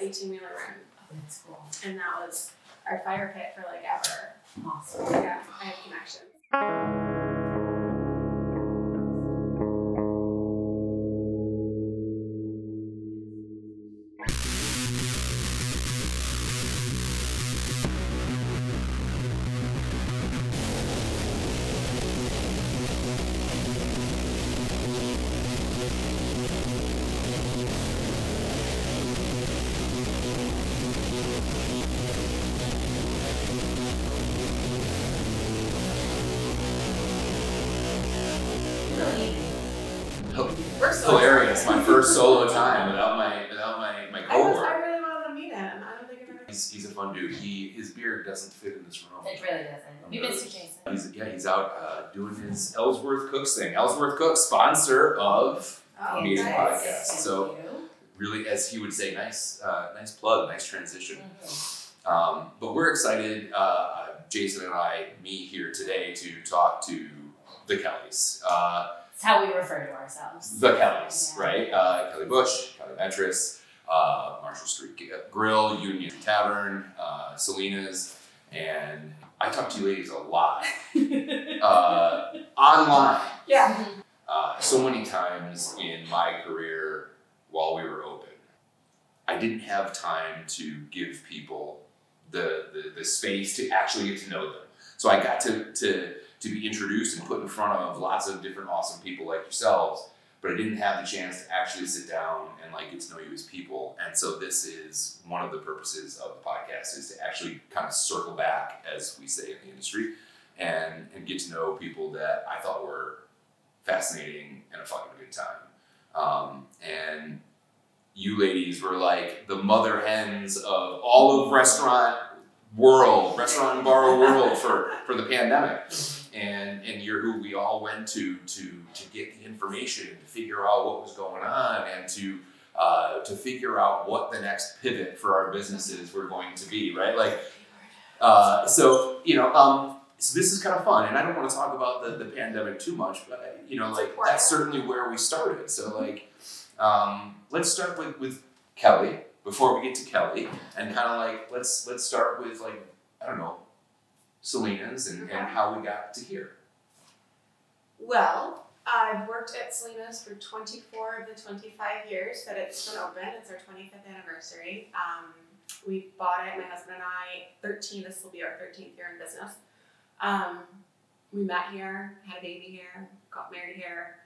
18 wheeler run, Oh, that's cool. and that was our fire pit for like ever. Awesome. Yeah, I have connections. Really? Hil- First of all- Hilarious. My first solo time without my without my my I, was, cohort. I really wanted to meet him. I don't think I've ever. He's, he's a fun dude. He his beard doesn't fit in this room. It really doesn't. We missed you, Jason. He's yeah he's out uh, doing his Ellsworth Cooks thing. Ellsworth Cooks sponsor of Oh, Amazing nice. podcast. Thank so- you. really as he would say nice uh, nice plug nice transition. Mhm. Um, but we're excited, uh, Jason and I, me here today to talk to the Kellys. Uh, It's how we refer to ourselves. the Kellys, Yeah. right? Uh, Kelly Bush, Kelly Metris, uh, Marshall Street G- Grill, Union Tavern, uh, Selena's, and I talk to you ladies a lot uh, online. Yeah. Mhm. Uh, so many times in my career while we were open, I didn't have time to give people the, the, the space to actually get to know them. So I got to, to, to be introduced and put in front of lots of different awesome people like yourselves, but I didn't have the chance to actually sit down and like get to know you as people. And so this is one of the purposes of the podcast is to actually kind of circle back, as we say in the industry, and, and get to know people that I thought were fascinating and a fucking good time. Um, and you ladies were like the mother hens of all of restaurant world, restaurant and bar world for, for the pandemic. And and you're who we all went to to to get the information, to figure out what was going on, and to uh, to figure out what the next pivot for our businesses were going to be, right? Like uh, so you know, um, so this is kind of fun, and I don't want to talk about the, the pandemic too much, but uh, you know, like that's certainly where we started. So like, um, let's start with with Kelly before we get to Kelly, and kind of like let's let's start with like I don't know, Selena's and, and how we got to here. Well, I've worked at Selena's for 24 of the 25 years that it's been open. It's our 25th anniversary. Um, we bought it, my husband and I, 13, this will be our 13th year in business. Um, we met here, had a baby here, got married here,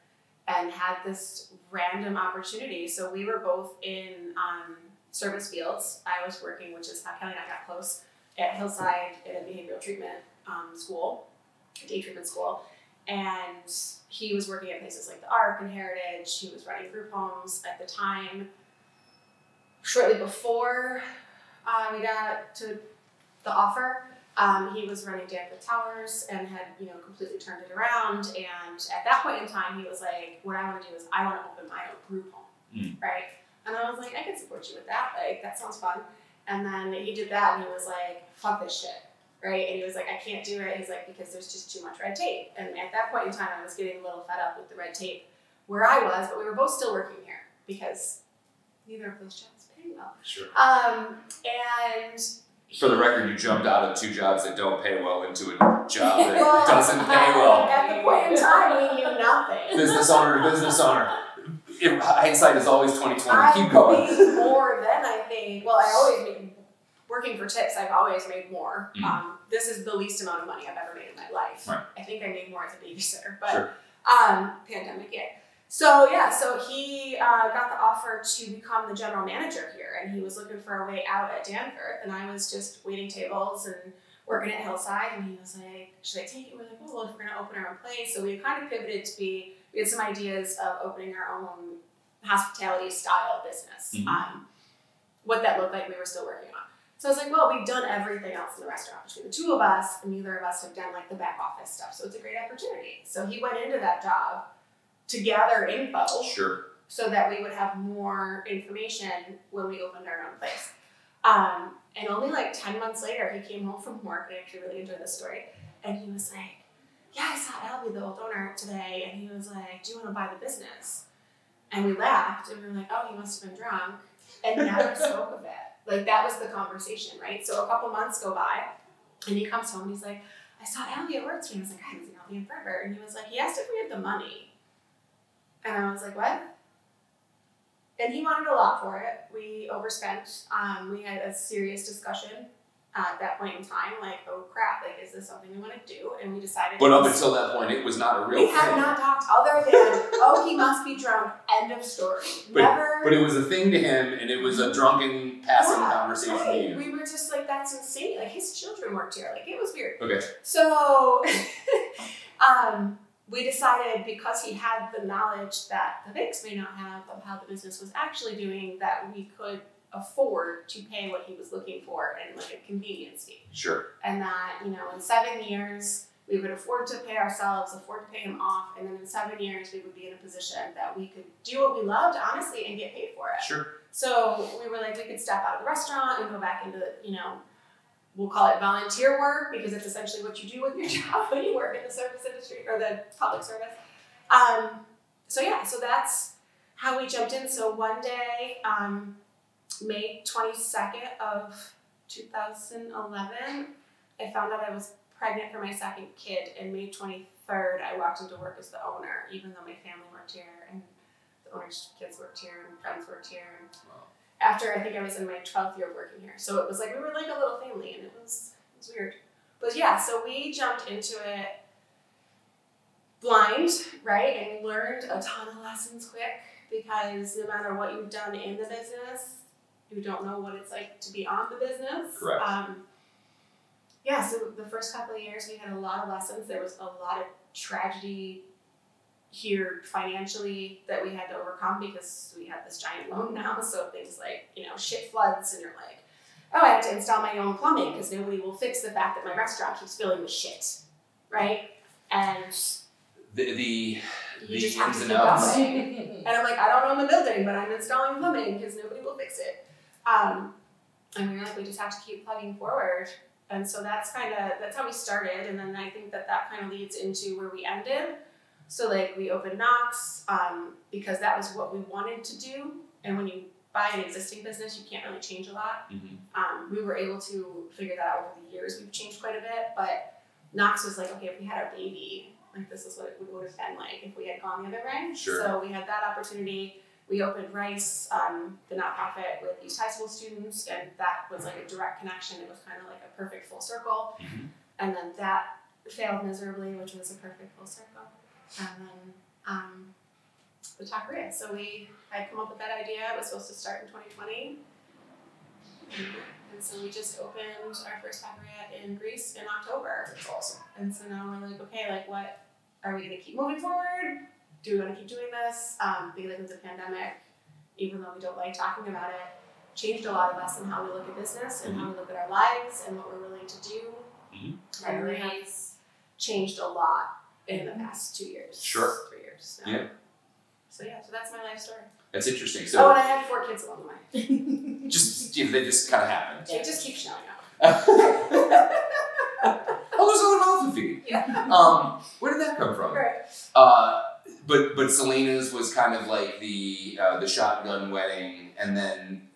and had this random opportunity. So we were both in um, service fields. I was working, which is how Kelly and I got close, at Hillside in a behavioral treatment um, school, day treatment school and he was working at places like the Ark and Heritage. He was running group homes at the time. Shortly before uh, we got to the offer, um, he was running Danforth Towers and had you know completely turned it around. And at that point in time, he was like, "What I want to do is I want to open my own group home, Mm. right?" And I was like, "I can support you with that. Like that sounds fun." And then he did that, and he was like, "Fuck this shit." right? And he was like, I can't do it. He's like, because there's just too much red tape. And at that point in time, I was getting a little fed up with the red tape where I was, but we were both still working here because neither of those jobs pay well. Sure. Um, and For the record, you jumped out of two jobs that don't pay well into a job that Well, doesn't pay well. At the point in time, we knew nothing. Business owner to business owner. If- Hindsight is always twenty twenty. Keep going. I made more than I think. Well, I always made working for tips. I've always made more. Mhm. Um, this is the least amount of money I've ever made in my life. Right. I think I made more as a babysitter, but Sure. um, pandemic yeah. So yeah, so he uh, got the offer to become the general manager here, and he was looking for a way out at Danforth, and I was just waiting tables and working at Hillside, and he was like, "Should I take it?" We're like, "Oh, well, if we're gonna open our own place," so we kind of pivoted to be. We had some ideas of opening our own hospitality style business. Mhm. Um, what that looked like, we were still working on. So I was like, well, we've done everything else in the restaurant between the two of us, and neither of us have done like the back office stuff. So it's a great opportunity. So he went into that job to gather info Sure. so that we would have more information when we opened our own place. Um, and only like 10 months later, he came home from work, and I actually really enjoyed this story. And he was like, Yeah, I saw Albie, the old owner, today. And he was like, Do you want to buy the business? And we laughed, and we were like, Oh, he must have been drunk. And never spoke of it. Like that was the conversation, right? So a couple months go by, and he comes home and he's like, I saw Allie at work today. I was like, I haven't seen Allie in forever. And he was like, he asked if we had the money. And I was like, what? And he wanted a lot for it. We overspent. Um, we had a serious discussion uh, at that point in time, like, oh crap, like, is this something we want to do? And we decided. But up until that point, it was not a real we thing. have not talked other than, oh, he must be drunk. End of story. But- Never. But it was a thing to him, and it was a drunken passing Yeah, conversation to Right. you. We were just like, that's insane. Like his children worked here. Like it was weird. Okay. So um, we decided because he had the knowledge that the Vicks may not have of how the business was actually doing, that we could afford to pay what he was looking for and like a convenience fee. Sure. And that, you know, in seven years we would afford to pay ourselves, afford to pay him off, and then in seven years we would be in a position that we could do what we loved honestly and get paid for it. Sure. So we were like, we could step out of the restaurant and go back into, you know, we'll call it volunteer work because it's essentially what you do with your job when you work in the service industry or the public service. Um, so yeah, so that's how we jumped in. So one day, um, May 22nd of 2011, I found out I was pregnant for my second kid, and May 23rd, I walked into work as the owner, even though my family worked here and the owner's kids worked here and friends worked here. And Wow. After I think I was in my 12th year of working here, so it was like we were like a little family, and it was it was weird. But yeah, so we jumped into it blind, right, and learned a ton of lessons quick because no matter what you've done in the business, you don't know what it's like to be on the business. Correct. Um, yeah, so the first couple of years we had a lot of lessons. There was a lot of tragedy here financially that we had to overcome because we had this giant loan now. So things like, you know, shit floods and you're like, oh, I have to install my own plumbing because nobody will fix the fact that my restaurant keeps filling with shit. Right? And The the you The just have to ins and keep going. outs. And I'm like, I don't own the building, but I'm installing plumbing because nobody will fix it. Um, and we were like, we just have to keep plugging forward. And so that's kind of that's how we started, and then I think that that kind of leads into where we ended. So like we opened Knox um, because that was what we wanted to do. And when you buy an existing business, you can't really change a lot. Mhm. Um, we were able to figure that out over the years. We've changed quite a bit, but Knox was like, okay, if we had our baby, like this is what it would have been like if we had gone the other way. Sure. So we had that opportunity. We opened Rice, um, the nonprofit with East High School students, and that was like a direct connection. It was kind of like a perfect full circle. Mhm. And then that failed miserably, which was a perfect full circle. And then um, the taqueria. So we had come up with that idea. It was supposed to start in 2020. And so we just opened our first taqueria in Greece in October. that's awesome. And so now we're like, okay, like what are we gonna keep moving forward? Do we wanna keep doing this? Um, because of the pandemic, even though we don't like talking about it, changed a lot of us and how we look at business and how we look at our lives and what we're willing to do. Mhm. Mm-hmm. And we have changed a lot in the past two years. Sure. Three years. Yeah. So yeah, so that's my life story. That's interesting. oh, So and I had four kids along the way. just yeah, that just kind of happened. It just keeps showing up. Oh, there's another elephant feed. Yeah. Um, where did that come from? Right. Uh, but but Selena's was kind of like the uh, the shotgun wedding, and then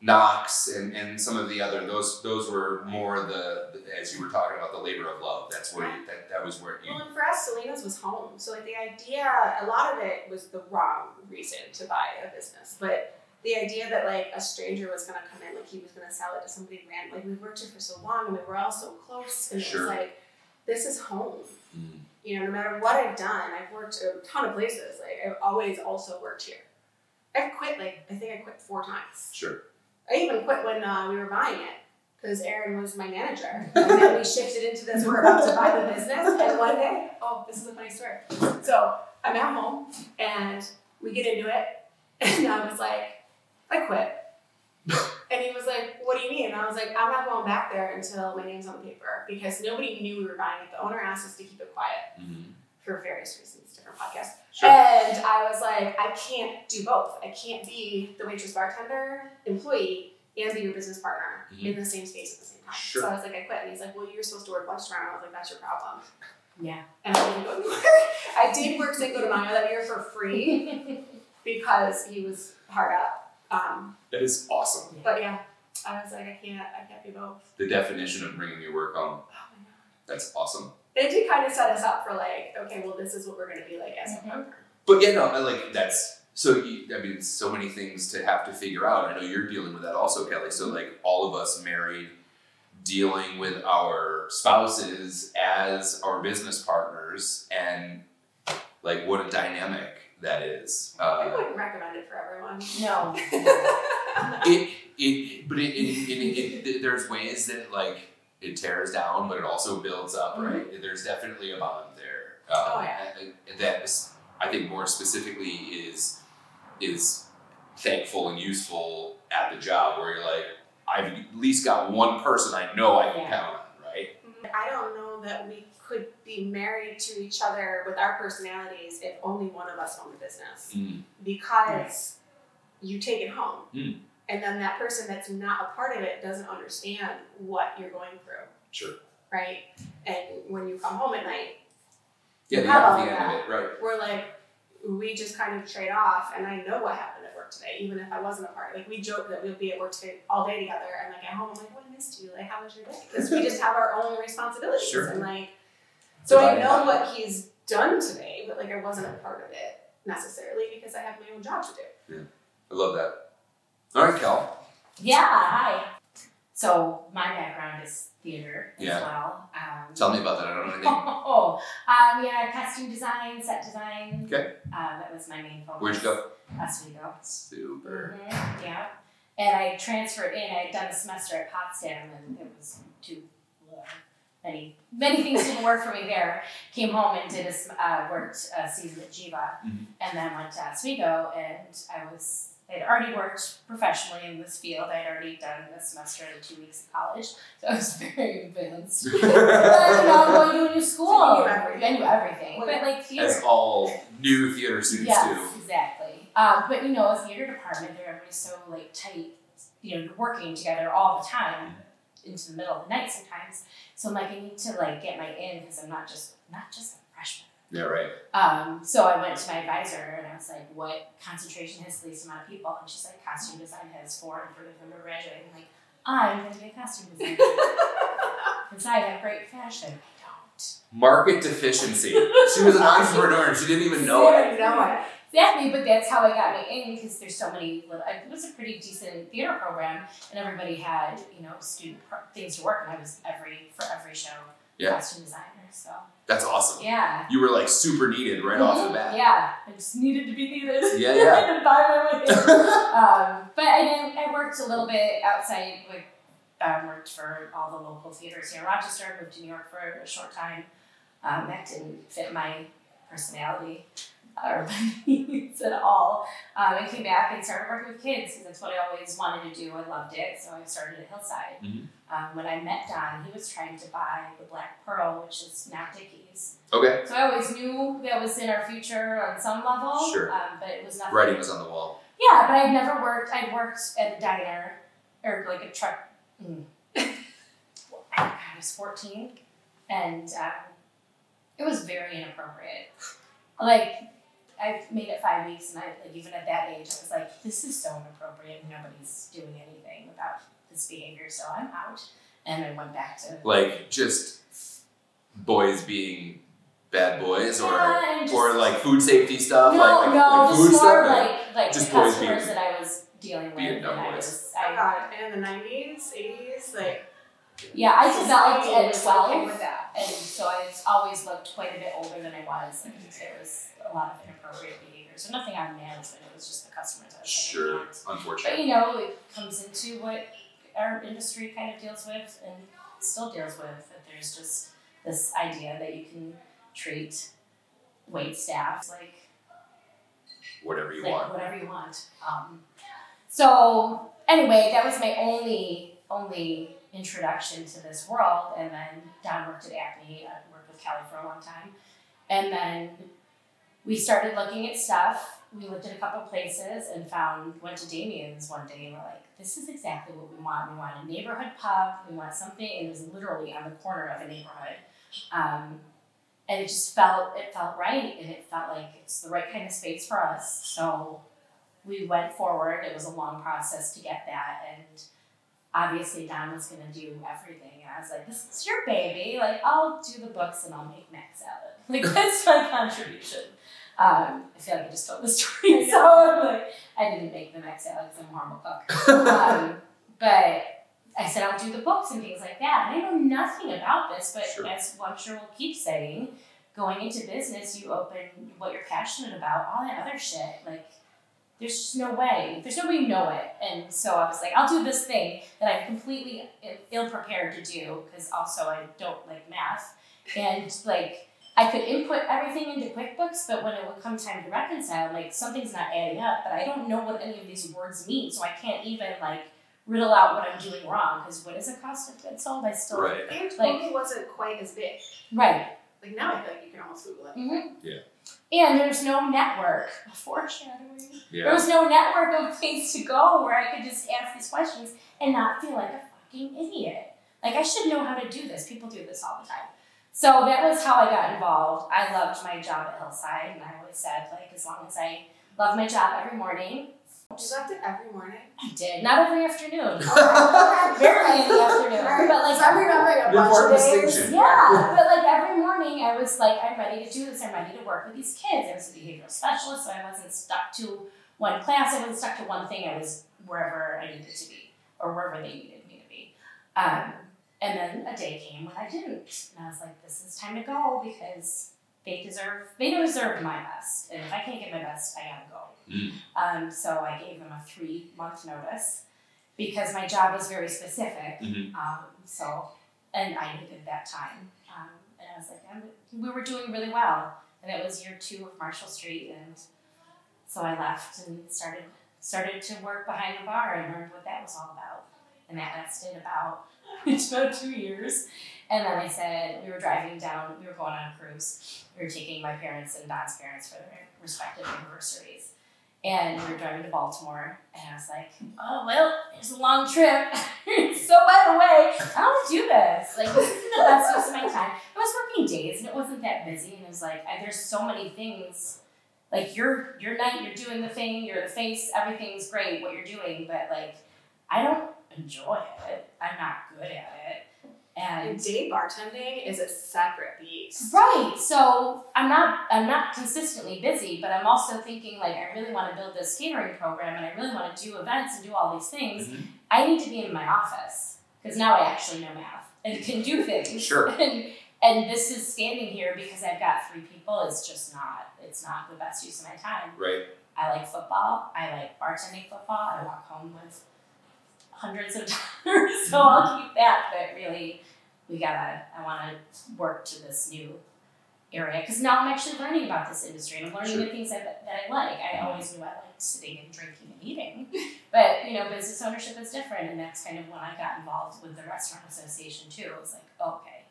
Knox and, and some of the other those those were more the as you were talking about the labor of love. That's where you, that that was where you Well, and for us, Selena's was home. So, like, the idea, a lot of it was the wrong reason to buy a business. But the idea that, like, a stranger was going to come in, like, he was going to sell it to somebody random. Like, we worked here for so long and we were all so close. And it Sure. was like, this is home. Mm. You know, no matter what I've done, I've worked a ton of places. Like, I've always also worked here. I've quit, like, I think I quit four times. sure I even quit when uh, we were buying it because Aaron was my manager. And then we shifted into this we're about to buy the business. And one day, oh, this is a funny story. So I'm at home and we get into it. And I was like, I quit. And he was like, What do you mean? And I was like, I'm not going back there until my name's on the paper because nobody knew we were buying it. The owner asked us to keep it quiet Mhm. for various reasons, different podcasts. sure And I was like, I can't do both. I can't be the waitress bartender employee and be your business partner in the same space at the same time. Mm-hmm. Sure. So I was like, I quit. And he's like, Well, you're supposed to work lunch tomorrow. And I was like, That's your problem. Yeah. And I didn't go to work. I did work Cinco de Mayo that year for free because he was hard up. Um, that is awesome. but yeah, I was like, I can't, I can't be both. The definition of bringing your work home. Oh my god. That's awesome. It did kind of set us up for like, okay, well, this is what we're gonna be like as a Mhm. broker. But yeah, no, I like that's so. You, I mean, so many things to have to figure out. I know you're dealing with that also, Kelly. So like all of us married, dealing with our spouses as our business partners, and like what a dynamic that is. I Uh, wouldn't recommend it for everyone. No. it it but it, it, it, it, it there's ways that like it tears down, but it also builds up, right? There's definitely a bond there. Um, Oh, yeah. and- and That is, I think more specifically is is thankful and useful at the job where you're like, I've at least got one person I know I can Yeah. count on, right? I don't know that we could be married to each other with our personalities if only one of us owned a business because you take it home. Mm. And then that person that's not a part of it doesn't understand what you're going through, Sure. right? And when you come home at night, Yeah, the How empathy about end of it, right? we're like, we just kind of trade off. And I know what happened at work today, even if I wasn't a part. Like, we joke that we'll be at work today, all day together. And like, at home, I'm like, what missed you? Like, how was your day? Because we just have our own responsibilities. Sure. And like, so I Dividing know up. what he's done today, but like, I wasn't a part of it necessarily because I have my own job to do. I love that. All right, Kel. Yeah, hi. So my background is theater as Yeah. well. Um, Tell me about that. I don't know anything. Oh, um, yeah, costume design, set design. Okay. Uh, that was my main focus. Where'd you go? Oswego. Super. Mm-hmm, yeah. And I transferred in. I had done a semester at Potsdam, and it was too uh, many many things didn't work for me there. Came home and did a s- uh, worked a season at Jiva, Mhm. and then went to Oswego, and I was. I'd already worked professionally in this field. I'd already done a semester and two weeks of college, so I was very advanced. But now what you knew So you school, knew everything. I knew everything. But like theater, As all new theater students yes, do. exactly. Um, but you know, a theater department, they're always so like tight. You know, you're working together all the time into the middle of the night sometimes. So I'm like, I need to like get my in because I'm not just not just a freshman. Yeah, right. Um, so I went to my advisor and I was like, what concentration has the least amount of people? And she's like, costume design has four and three of them are graduating. I'm like, I'm gonna be a costume designer because I have great fashion. I don't. Market deficiency. She was an entrepreneur and she didn't even know it. I know it. Exactly, but that's how I got my in because there's so many little. It was a pretty decent theater program, and everybody had you know student pro- things to work, and I was every for every show Yeah. costume designer. So That's awesome. yeah, Mm-hmm. You were like super needed right off the bat. yeah, I just needed to be theater. Yeah, yeah. I had to buy my way. in. um, but I did, I worked a little bit outside. Like I worked for all the local theaters here in Rochester. Moved to New York for a short time. Um, that didn't fit my personality or my needs at all. Um, I came back and started working with kids because that's what I always wanted to do. I loved it, so I started at Hillside. Mhm. Um, when I met Don, he was trying to buy the Black Pearl, which is now Dickies. Okay. So I always knew that was in our future on some level, Sure. um, but it was nothing. Writing was on the wall. Yeah, but I'd never worked. I'd worked at a diner or like a truck. Mm. I was 14 and um, it was very inappropriate. Like, I made it five weeks, and I like even at that age, I was like, "This is so inappropriate. Nobody's doing anything about this behavior, so I'm out." And I went back to Like just boys being bad boys or Yeah, and just- or like food safety stuff. no, like, like, no, like just food more stuff. like like just the boys customers being- that I was dealing with. being and dumb I boys. was, Oh my I, god. And in the 90s, 80s, like, yeah, I developed society at was twelve. okay with that. And so I always looked quite a bit older than I was. And it was a lot of inappropriate behavior. So nothing on management, it was just the customers I was taking sure. on. But Unfortunate. you know, it comes into what our industry kind of deals with and still deals with that there's just this idea that you can treat wait staff like Whatever you like want. whatever you want. Um, so anyway, that was my only only introduction to this world, and then Don worked at Acme. I worked with Kelly for a long time, and then we started looking at stuff. We looked at a couple places and found went to Damien's one day and we're like, this is exactly what we want. We want a neighborhood pub. We want something. And it was literally on the corner of a neighborhood. Um, and it just felt it felt right and it felt like it's the right kind of space for us so we went forward it was a long process to get that and obviously Don was gonna do everything. And I was like, this is your baby. Like, I'll do the books and I'll make Mac salad. Like, that's my contribution. Um, I feel like I just told the story, so I'm like, I didn't make the Mac salad because I'm a horrible cook. Um, but I said I'll do the books and things like that. And I know nothing about this, but Sure. as I'm sure we'll keep saying, going into business, you open what you're passionate about, all that other shit. Like, there's just no way. There's no way you know it. And so I was like, I'll do this thing that I'm completely ill prepared to do because also I don't like math. And like, I could input everything into QuickBooks, but when it would come time to reconcile, like something's not adding up, but I don't know what any of these words mean. So I can't even like riddle out what I'm doing wrong because what is a cost of goods sold? I still. Right. And Google wasn't quite as big. Right. Like now I feel like you can almost Google it. Mhm. Yeah. And there's no network. Foreshadowing. There Yeah. was no network of things to go where I could just ask these questions and not feel like a fucking idiot. Like I should know how to do this. People do this all the time. So that was how I got involved. I loved my job at Hillside, and I always said like as long as I love my job every morning, Did you have to every morning? I did. Not every afternoon. Barely Barely. in the afternoon, but like Because I'm remembering a bunch of Important days. distinction. Yeah, but like every morning, I was like, I'm ready to do this. I'm ready to work with these kids. I was a behavioral specialist, so I wasn't stuck to one class. I wasn't stuck to one thing. I was wherever I needed to be, or wherever they needed me to be. Um, and then a day came when I didn't, and I was like, this is time to go because they deserve they deserve my best, and if I can't get my best, I gotta go. Mm. Um, so I gave them a three month notice because my job was very specific. Mhm. Um, so, and I needed that time. Um, and I was like, I'm, we were doing really well, and it was year two of Marshall Street, and so I left and started started to work behind the bar and learned what that was all about. And that lasted about it's about two years. And then I said we were driving down, we were going on a cruise. We were taking my parents and Don's parents for their respective anniversaries. And we were driving to Baltimore, and I was like, "Oh well, it's a long trip." so by the way, I don't do this. Like this is the best use of my time. I was working days, and it wasn't that busy. And it was like I, there's so many things. Like you're you're night, you're doing the thing, you're the face, everything's great what you're doing, but like I don't enjoy it. I'm not good at it, and And day bartending is a separate beast. Right. So I'm not I'm not consistently busy, but I'm also thinking like I really want to build this catering program and I really want to do events and do all these things. Mhm. I need to be in my office because now I actually know math and can do things. Mm-hmm. Sure. And and this is standing here because I've got three people. It's just not it's not the best use of my time. Right. I like football. I like bartending football. I walk home with hundreds of dollars, so I'll keep that. But really, we gotta. I want to work to this new area because now I'm actually learning about this industry and I'm learning Sure. the things that, that I like. I always knew I liked sitting and drinking and eating, but you know, business ownership is different, and that's kind of when I got involved with the restaurant association too. It was like, oh, okay,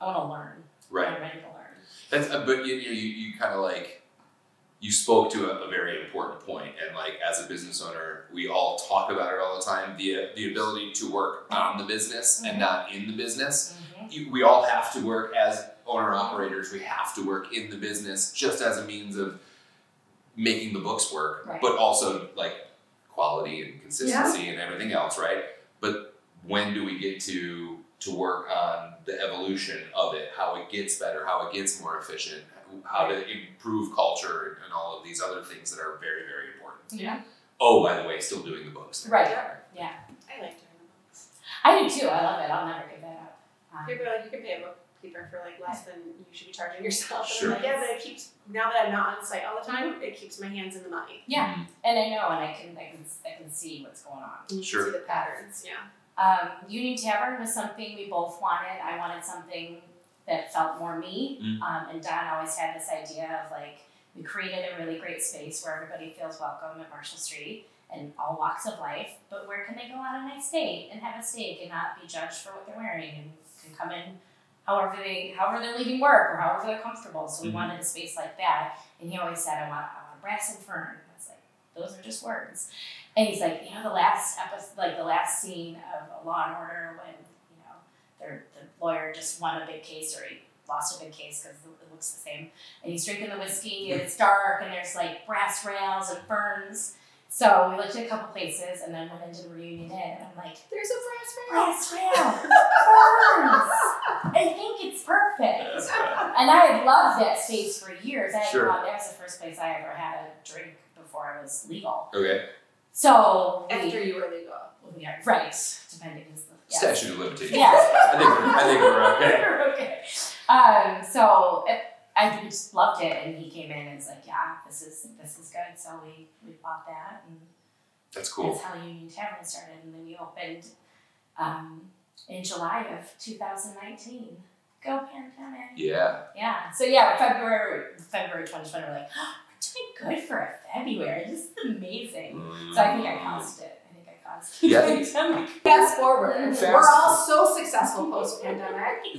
I want to learn. Right. I'm ready to learn. That's uh, but you you, you kind of like you spoke to a, a very important point, and like as a business owner, we all talk about it all the time. The the ability to work on the business and Mhm. not in the business. Mhm. You- We all have to work as owner operators. We have to work in the business just as a means of making the books work, Right. but also like quality and consistency and everything else, right? But when do we get to to work on the evolution of it, how it gets better, how it gets more efficient, how to improve culture and all of these other things that are very, very important. Yeah. Oh, by the way, still doing the books. Right. I like doing the books. I do too. I love it. I'll never give that up. Um, People are like, you can pay a bookkeeper for like less than you should be charging yourself. Sure. And I'm like, yeah, but it keeps now that I'm not on site all the time, it keeps my hands in the money. Yeah. Mm. and I know, and I can, I can, I can see what's going on. You can Sure. see the patterns. Yeah. Um, Union Tavern was something we both wanted. I wanted something that felt more me. Mm. Um, and Don always had this idea of like, we created a really great space where everybody feels welcome at Marshall Street and all walks of life, but where can they go on a nice date and have a steak and not be judged for what they're wearing and can come in however they however they're leaving work or however they're comfortable. So we Mhm. wanted a space like that. And he always said, I want I want a brass and fern. And I was like, those are just words. And he's like, you know, the last episode, like the last scene of Law and Order when you know their the lawyer just won a big case or he lost a big case because it looks the same. And he's drinking the whiskey and it's dark and there's like brass rails and ferns. So we looked at a couple places and then went into the reunion inn and I'm like, There's a brass brass rail, ferns. I think it's perfect. And I had loved that space for years. I had Sure. loved, that was the first place I ever had a drink before I was legal. okay. So we- After you were legal. we are right, depending on the yeah. Statute of limitations. Yeah. I think we're, I think we're okay. okay. Um, so it, I just loved it, and he came in and was like, "Yeah, this is this is good." So we we bought that, and That's cool. that's how Union Tavern started, and then we opened um, in July of 2019. Go pandemic! Yeah. Yeah. So yeah, February February 2020, we're like, oh, we're doing good for a February. This is amazing. So I think I caused it. I think I caused Yeah. pandemic. Fast forward. Fast We're all so successful post pandemic.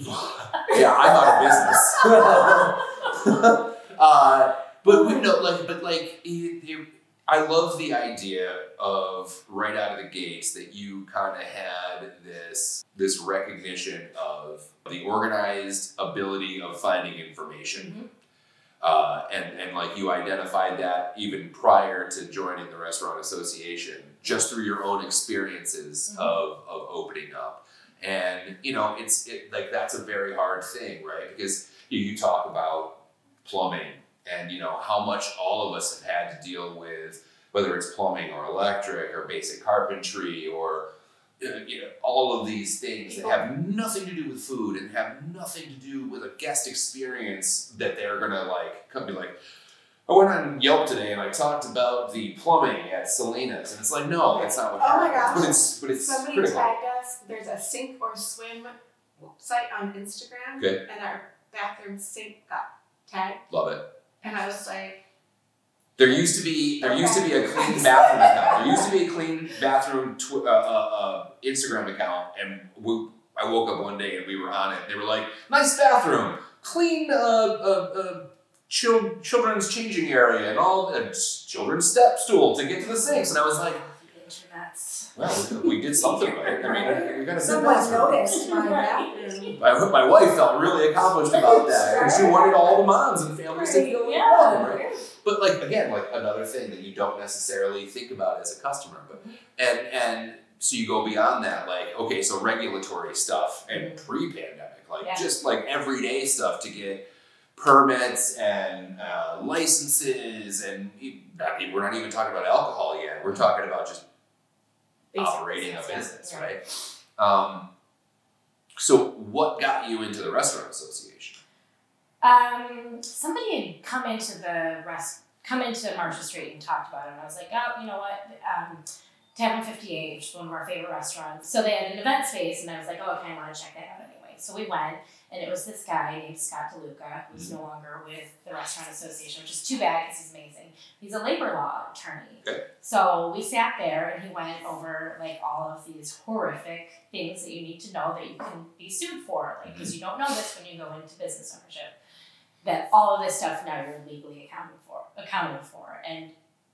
yeah, I'm out of business. uh, but we, no, like, but like, it, it, I love the idea of right out of the gates that you kind of had this this recognition of the organized ability of finding information. Mhm. Uh, and, and like you identified that even prior to joining the restaurant association, just through your own experiences Mhm. of, of opening up. And you know, it's it, like that's a very hard thing, right? Because you, you talk about plumbing and you know how much all of us have had to deal with, whether it's plumbing or electric or basic carpentry or uh, you know, all of these things that have nothing to do with food and have nothing to do with a guest experience that they're gonna like come be like, I went on Yelp today and I talked about the plumbing at Salinas, and it's like, no, that's not what Oh my gosh. happened. But it's but it's Somebody critical. tagged us. There's a sink or swim site on Instagram, Okay. and our bathroom sink got tagged. Love it. And I was like, There used to be there used to be a Okay. clean bathroom account. There used to be a clean bathroom tw- uh, uh, uh, Instagram account, and we, I woke up one day and we were on it. They were like, "Nice bathroom, clean uh, uh, uh, chil- children's changing area, and all and s- children's step stool to get to the sinks." And I was like, Internets. "Well, we did something right. I mean, we got a good someone bathroom." noticed my Right. bathroom. My, my wife felt really accomplished about that because she wanted all the moms and families to feel Yeah. involved, right? But like again, like another thing that you don't necessarily think about as a customer, but and and so you go beyond that, like okay, so regulatory stuff and pre-pandemic, like Yeah. just like everyday stuff to get permits and uh, licenses, and e- I mean, we're not even talking about alcohol yet. We're talking about just operating a business, yeah. right? Um, so what got you into the restaurant association? Um, somebody had come into the rest, come into Marshall Street and talked about it, and I was like, oh, you know what? Um, Tavern 58, which is one of our favorite restaurants. So they had an event space, and I was like, oh, okay, I want to check that out anyway. So we went, and it was this guy named Scott DeLuca, who's no longer with the Restaurant Association, which is too bad because he's amazing. He's a labor law attorney. Okay. So we sat there, and he went over like all of these horrific things that you need to know that you can be sued for, like because you don't know this when you go into business ownership that all of this stuff now you're legally accounted for accounted for and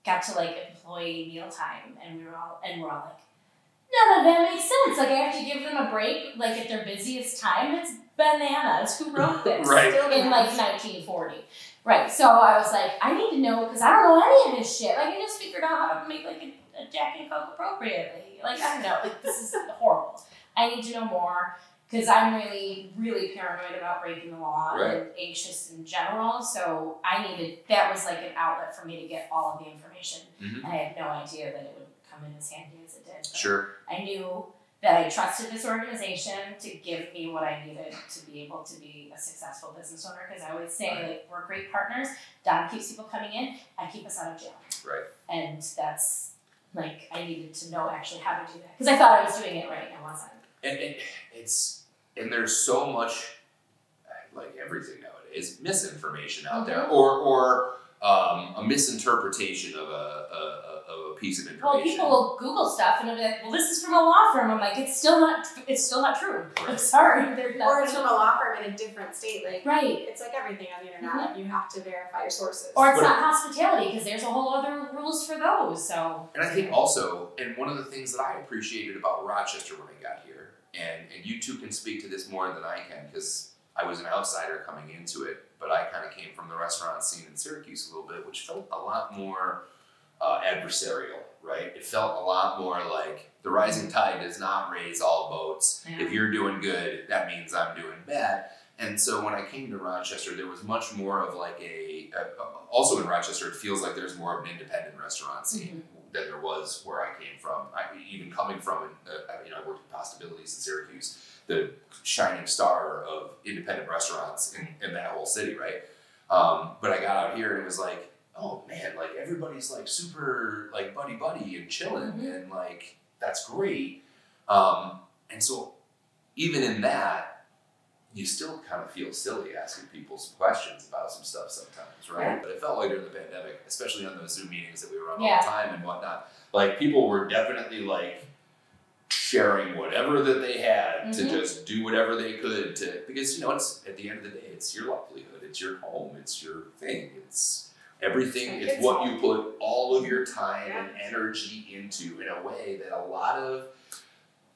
got to like employee mealtime and we were all and we're all like none of that makes sense like i have to give them a break like at their busiest time it's bananas who wrote this Right. Still in like 1940 right so i was like i need to know because i don't know any of this shit like i just figured out how to make like a, a jack and coke appropriately like i don't know like this is horrible i need to know more because I'm really, really paranoid about breaking the law and anxious in general. So I needed that was like an outlet for me to get all of the information, and Mhm. I had no idea that it would come in as handy as it did. But Sure. I knew that I trusted this organization to give me what I needed to be able to be a successful business owner. Because I always say, Right. like, we're great partners. Don keeps people coming in. I keep us out of jail. Right. And that's like I needed to know actually how to do that because I thought I was doing it right. and I wasn't. and, and it's and there's so much like everything nowadays misinformation out Mm-hmm. there or or um, a misinterpretation of a, a, a, of a piece of Well, information people will Google stuff and they'll be like, "Well, this is from a law firm." I'm like, "It's still not. It's still not true. I'm Right. sorry, they're Or it's not from a law firm in a different state. Like right." it's like everything on the internet. You have to verify your sources. Or it's But- not hospitality because there's a whole other rules for those. So and i think also and one of the things that i appreciated about rochester when i got here and and you two can speak to this more than i can because i was an outsider coming into it but i kind of came from the restaurant scene in syracuse a little bit which felt a lot more uh, adversarial right? It felt a lot more like the rising tide does not raise all boats. Yeah. If you're doing good, that means I'm doing bad. And so when I came to Rochester, there was much more of like a. a- also in Rochester, it feels like there's more of an independent restaurant scene than there was where I came from. I, even coming from, uh, I mean, I worked at Possibilities in Syracuse, the shining star of independent restaurants in, in that whole city, right? Um, but I got out here and it was like, oh man, like everybody's like super like buddy buddy and chilling Mhm. and like that's great. Um, and so even in that, you still kind of feel silly asking people some questions about some stuff sometimes, right? But it felt like during the pandemic, especially on those Zoom meetings that we were on all Yeah. the time and whatnot, like people were definitely like sharing whatever that they had to Mhm. just do whatever they could to because you know it's at the end of the day it's your livelihood it's your home it's your thing it's everything it's It's what all- you put all of your time and energy into in a way that a lot of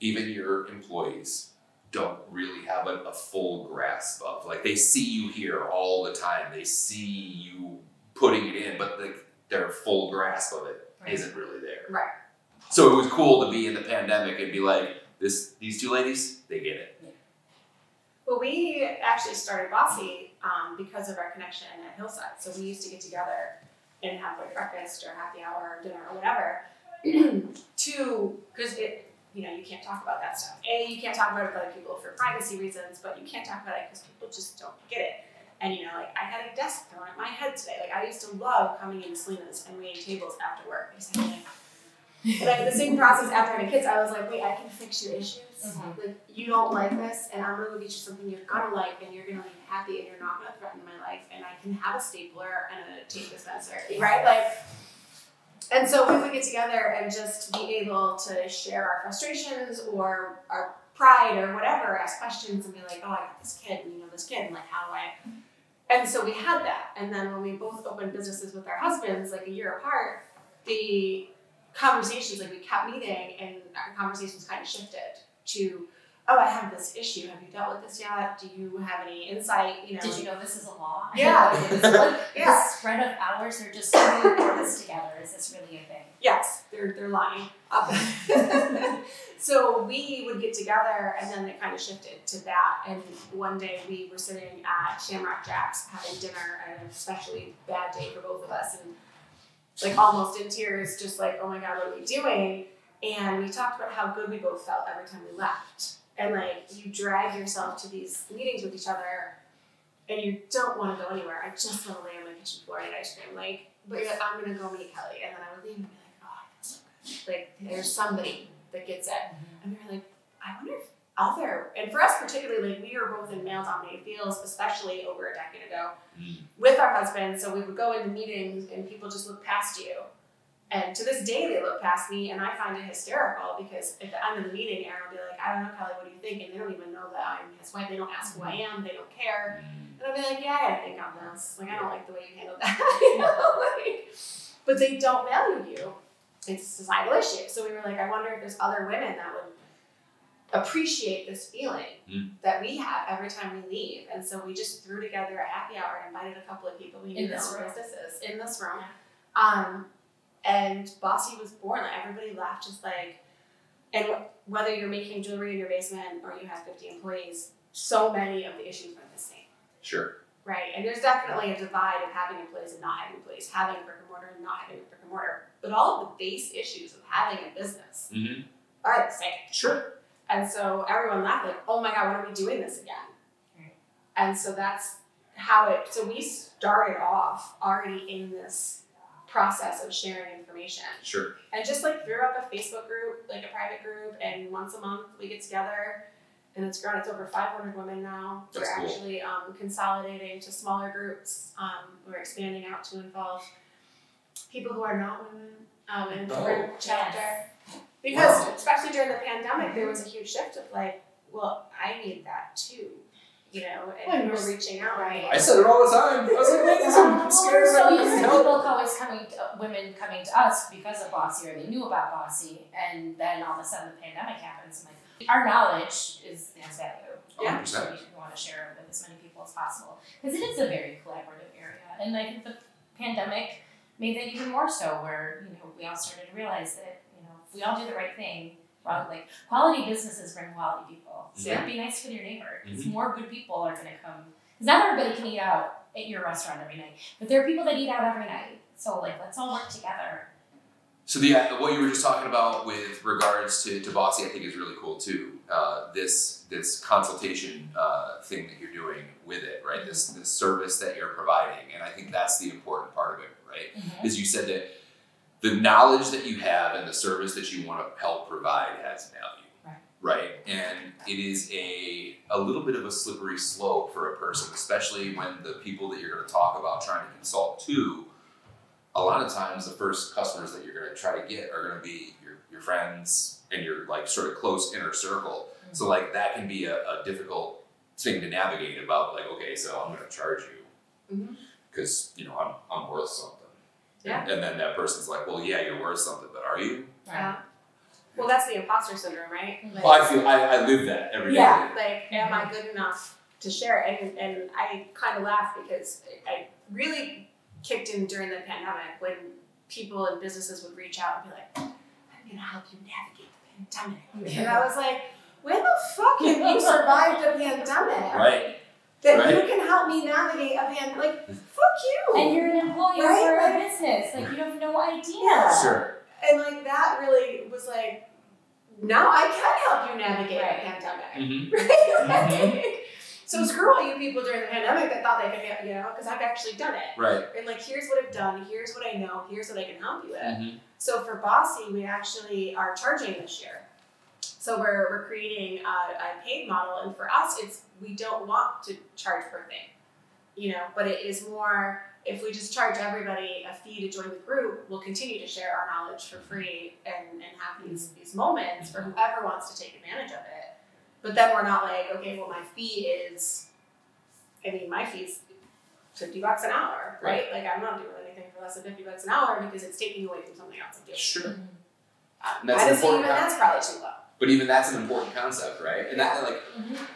even your employees don't really have a, a full grasp of like they see you here all the time they see you putting it in but like their full grasp of it Right. not really there Right. so it was cool to be in the pandemic and be like, this these two ladies, they get it. Well, we actually started Bossy um, because of our connection at Hillside. So we used to get together and have like breakfast or happy hour or dinner or whatever. to because it, you know, you can't talk about that stuff. A, you can't talk about it with other people for privacy reasons, but you can't talk about it because people just don't get it. And you know, like I had a desk thrown at my head today. Like I used to love coming into Selena's and we ate tables after work. Because I, like, like the same process after having kids, I was like, wait, I can fix your issues. Mhm. Like you don't like this, and I'm gonna go get you something you're gonna like, and you're gonna leave happy, and you're not gonna threaten my life, and I can have a stapler and a tape dispenser, right? Like, and so we would get together and just be able to share our frustrations or our pride or whatever, ask questions, and be like, oh, I got this kid, and you know this kid, and like how do I and so we had that. And then when we both opened businesses with our husbands, like a year apart, the conversations, like we kept meeting and our conversations kind of shifted to, oh, I have this issue. Have you dealt with this yet? Do you have any insight? You know, Did you know this is a law? Yeah. This is what- Yeah. The spread of hours are just so important together. Is this really a thing? yes, they're, they're lying. Um, so we would get together and then it kind of shifted to that. And one day we were sitting at Shamrock Jack's having dinner and an especially bad day for both of us. And like almost in tears, just like, oh my God, what are we doing? And we talked about how good we both felt every time we left. And like, you drag yourself to these meetings with each other and you don't want to go anywhere. I just want to lay on my kitchen floor and eat ice cream. Like, but you're like, I'm going to go meet Kelly. And then I would leave and be like, oh, that's so good. Like, there's somebody that gets it. And we were like, I wonder if other, and for us particularly, like we were both in male dominated fields, especially over a decade ago, Mm. with our husbands. So we would go into meetings and people just look past you. And to this day, they look past me, and I find it hysterical because at the end of the meeting, Aaron will be like, I don't know, Kelly, what do you think? And they don't even know that I'm his wife. They don't ask who I am, they don't care. And I'll be like, yeah, I gotta think on this. Like, I don't like the way you handled that. you know, like, but they don't value you. It's a societal issue. So we were like, I wonder if there's other women that would appreciate this feeling Mm. that we have every time we leave. And so we just threw together a happy hour and invited a couple of people we knew In this that room. owned businesses in this room. Um, and Bossy was born. Like everybody left, just like, and wh- whether you're making jewelry in your basement or you have 50 employees, so many of the issues are the same. Sure. Right, and there's definitely a divide of having employees and not having employees, having a brick and mortar and not having a brick and mortar. But all of the base issues of having a business Mm-hmm. are the same. Sure. And so everyone laughed like, "Oh my God, when are we doing this again?" Right. And so that's how it. So we started off already in this process of sharing information, Sure. and just like threw up a Facebook group, like a private group, and once a month we get together. And it's grown. It's over 500 women now. That's We're cool. actually um, consolidating to smaller groups. Um, we're expanding out to involve people who are not women um, in the Oh. group chapter. Yes. Because Wow. especially during the pandemic, there was a huge shift of like, well, I need that too, you know, Well, and you're we're reaching out, right? I said it all the time. I was like, man, these are scary Oh, so about you this see help. people always coming, to, women coming to us because of Bossy, or they knew about Bossy, and then all of a sudden the pandemic happens. and like, our knowledge is has value. Yeah. 100%. We want to share it with as many people as possible because it is a very collaborative area, and I think the pandemic made that even more so where, you know, we all started to realize that, you know, if we all do the right thing, we're all, like quality businesses bring quality people. So Yeah. be nice with your neighbor. Because Mm-hmm. more good people are gonna come because not everybody can eat out at your restaurant every night, but there are people that eat out every night. So like let's all work together. So the what you were just talking about with regards to, to Bossy, I think is really cool too. Uh, this this consultation uh, thing that you're doing with it, right? This this service that you're providing, and I think that's the important part of it, right? Mm-hmm. Is you said that the knowledge that you have and the service that you want to help provide has value, Right. Right, and it is a a little bit of a slippery slope for a person, especially when the people that you're going to talk about trying to consult to a lot of times the first customers that you're going to try to get are going to be your, your friends and your like sort of close inner circle so like that can be a, a difficult thing to navigate about like okay so i'm going to charge you Mhm. because you know I'm, I'm worth something Yeah. and then that person's like well yeah you're worth something but are you Um, Yeah. Well, that's the imposter syndrome, right? Right. Like, well i feel i, I live that every day. Yeah. Mm-hmm. like am I good enough to share? And and I kind of laugh because I really kicked in during the pandemic when people and businesses would reach out and be like, "I'm gonna help you navigate the pandemic," and I was like, "When the fuck have you survived a pandemic? right That you Right. can help me navigate a pandemic? Like, fuck you!" And you're an employee Right? for a Like- business. Like you have no idea. Yeah. sure And like that really was like, now I can help you navigate Right. a pandemic. mm-hmm. Right? Like, so screw all you people during the pandemic that thought they could, get- you know, because I've actually done it. right And like, here's what I've done. Here's what I know. Here's what I can help you with. mm-hmm. So for Bossy, we actually are charging this year. So we're, we're creating a, a paid model, and for us, it's we don't want to charge per thing, you know. But it is more if we just charge everybody a fee to join the group, we'll continue to share our knowledge for free and, and have these these moments for whoever wants to take advantage of it. But then we're not like, okay, well my fee is, I mean my fee's fifty bucks an hour, right? Like I'm not doing anything for less than fifty bucks an hour because it's taking away from something else I'm doing. sure Mhm. Uh, And that's I an just think even important that's probably too low. but even that's an important concept right and that like Mhm.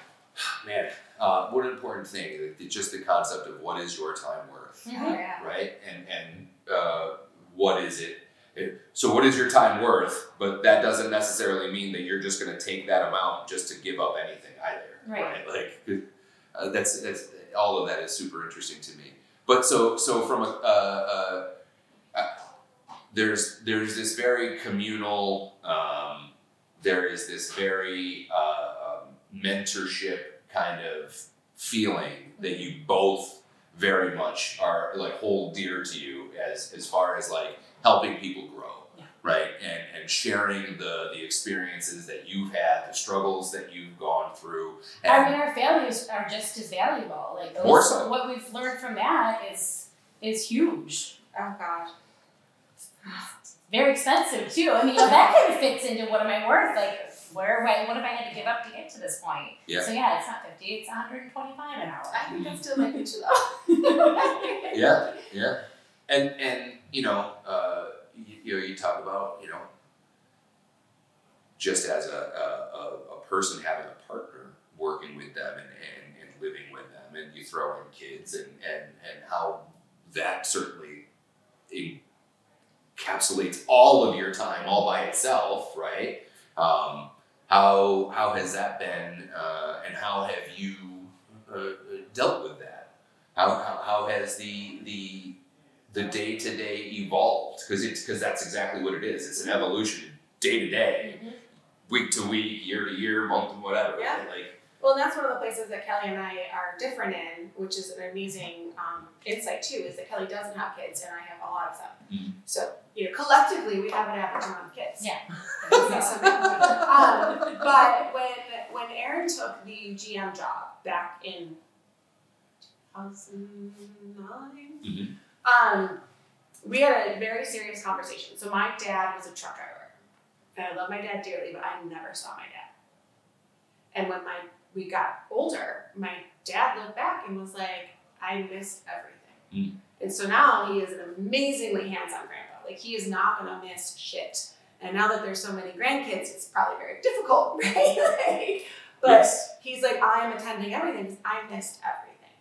man, uh, what an important thing. like, the- Just the concept of what is your time worth, Mhm. yeah. right? And and uh, what is it? it- So what is your time worth? But that doesn't necessarily mean that you're just going to take that amount just to give up anything either, Right. Like uh, that's that's all of that is super interesting to me. But so so from a uh, uh, uh, there's there's this very communal. Um, there is this very uh, um, mentorship kind of feeling that you both very much are like hold dear to you as as far as like helping people grow Yeah. right and and sharing the the experiences that you've had the struggles that you've gone through I and mean, our failures are just as valuable. Like those, More so. what we've learned from that is is huge. Oh gosh. Very expensive too. I mean, that kind of fits into what am I worth? Like, where am I? What have I had to give up to get to this point? Yeah. So yeah, it's not fifty. It's one hundred and twenty-five an hour. I think that still might be too low. yeah yeah and and you know uh you, you know you talk about you know just as a, a, a, a person having a partner working with them and, and, and living with them and you throw in kids and and, and how that certainly encapsulates all of your time all by itself right um, how how has that been uh, and how have you uh, uh, dealt with that how, how, how has the the the day to day evolved because it's because that's exactly what it is it's an evolution day to day Mhm. week to week, year to year, month to whatever. Yeah. right? Well, and that's one of the places that Kelly and I are different in, which is an amazing um, insight too, is that Kelly doesn't have kids and I have a lot of them. Mhm. So, you know, collectively we have an average amount of kids. Yeah. um, but when when Aaron took the GM job back in 2009, Mhm. um, we had a very serious conversation. So my dad was a truck driver, and I love my dad dearly, but I never saw my dad. And when my we got older, my dad looked back and was like, "I missed everything." And so now he is an amazingly hands-on grandpa. Like he is not gonna miss shit. And now that there's so many grandkids, it's probably very difficult, right? like, but Yes. he's like, I am attending everything. 'cause I missed everything,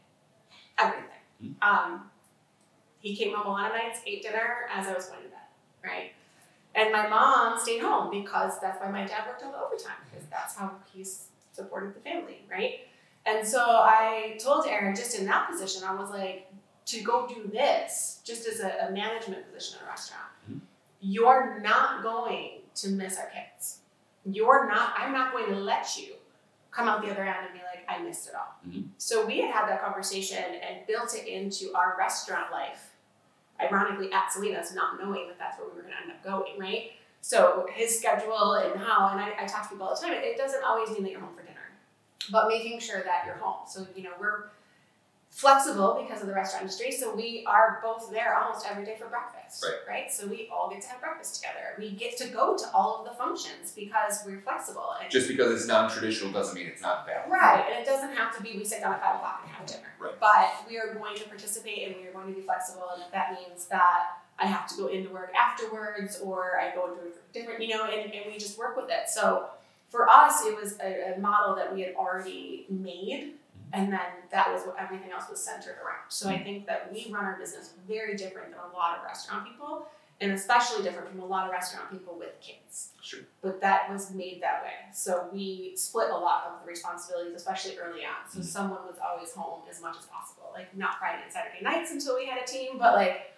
everything. Um, He came home a lot of nights, ate dinner as I was going to bed, right? And my mom stayed home because that's why my dad worked all the overtime, because that's how he's supported the family, right? And so I told Aaron just in that position, I was like, to go do this, just as a, a management position in a restaurant, Mhm. you're not going to miss our kids. You're not, I'm not going to let you come out the other end and be like, I missed it all. Mhm. So we had had that conversation and built it into our restaurant life. Ironically, at Selena's, not knowing that that's where we were going to end up going, right? So his schedule and how, and I, I talk to people all the time, it, it doesn't always mean that you're home for dinner, but making sure that you're home. So, you know, we're flexible because of the restaurant industry. So we are both there almost every day for breakfast, Right. So we all get to have breakfast together. We get to go to all of the functions because we're flexible. And Just because it's non-traditional doesn't mean it's not valid. Right, and it doesn't have to be we sit down at five o'clock and have dinner. Right. But we are going to participate and we are going to be flexible, and if that means that I have to go into work afterwards or I go into a different, you know, and, and we just work with it. So for us, it was a, a model that we had already made, and then that was what everything else was centered around. So I think that we run our business very different than a lot of restaurant people, and especially different from a lot of restaurant people with kids Sure. but that was made that way. So we split a lot of the responsibilities, especially early on. So Mhm. someone was always home as much as possible, like not Friday and Saturday nights until we had a team, but like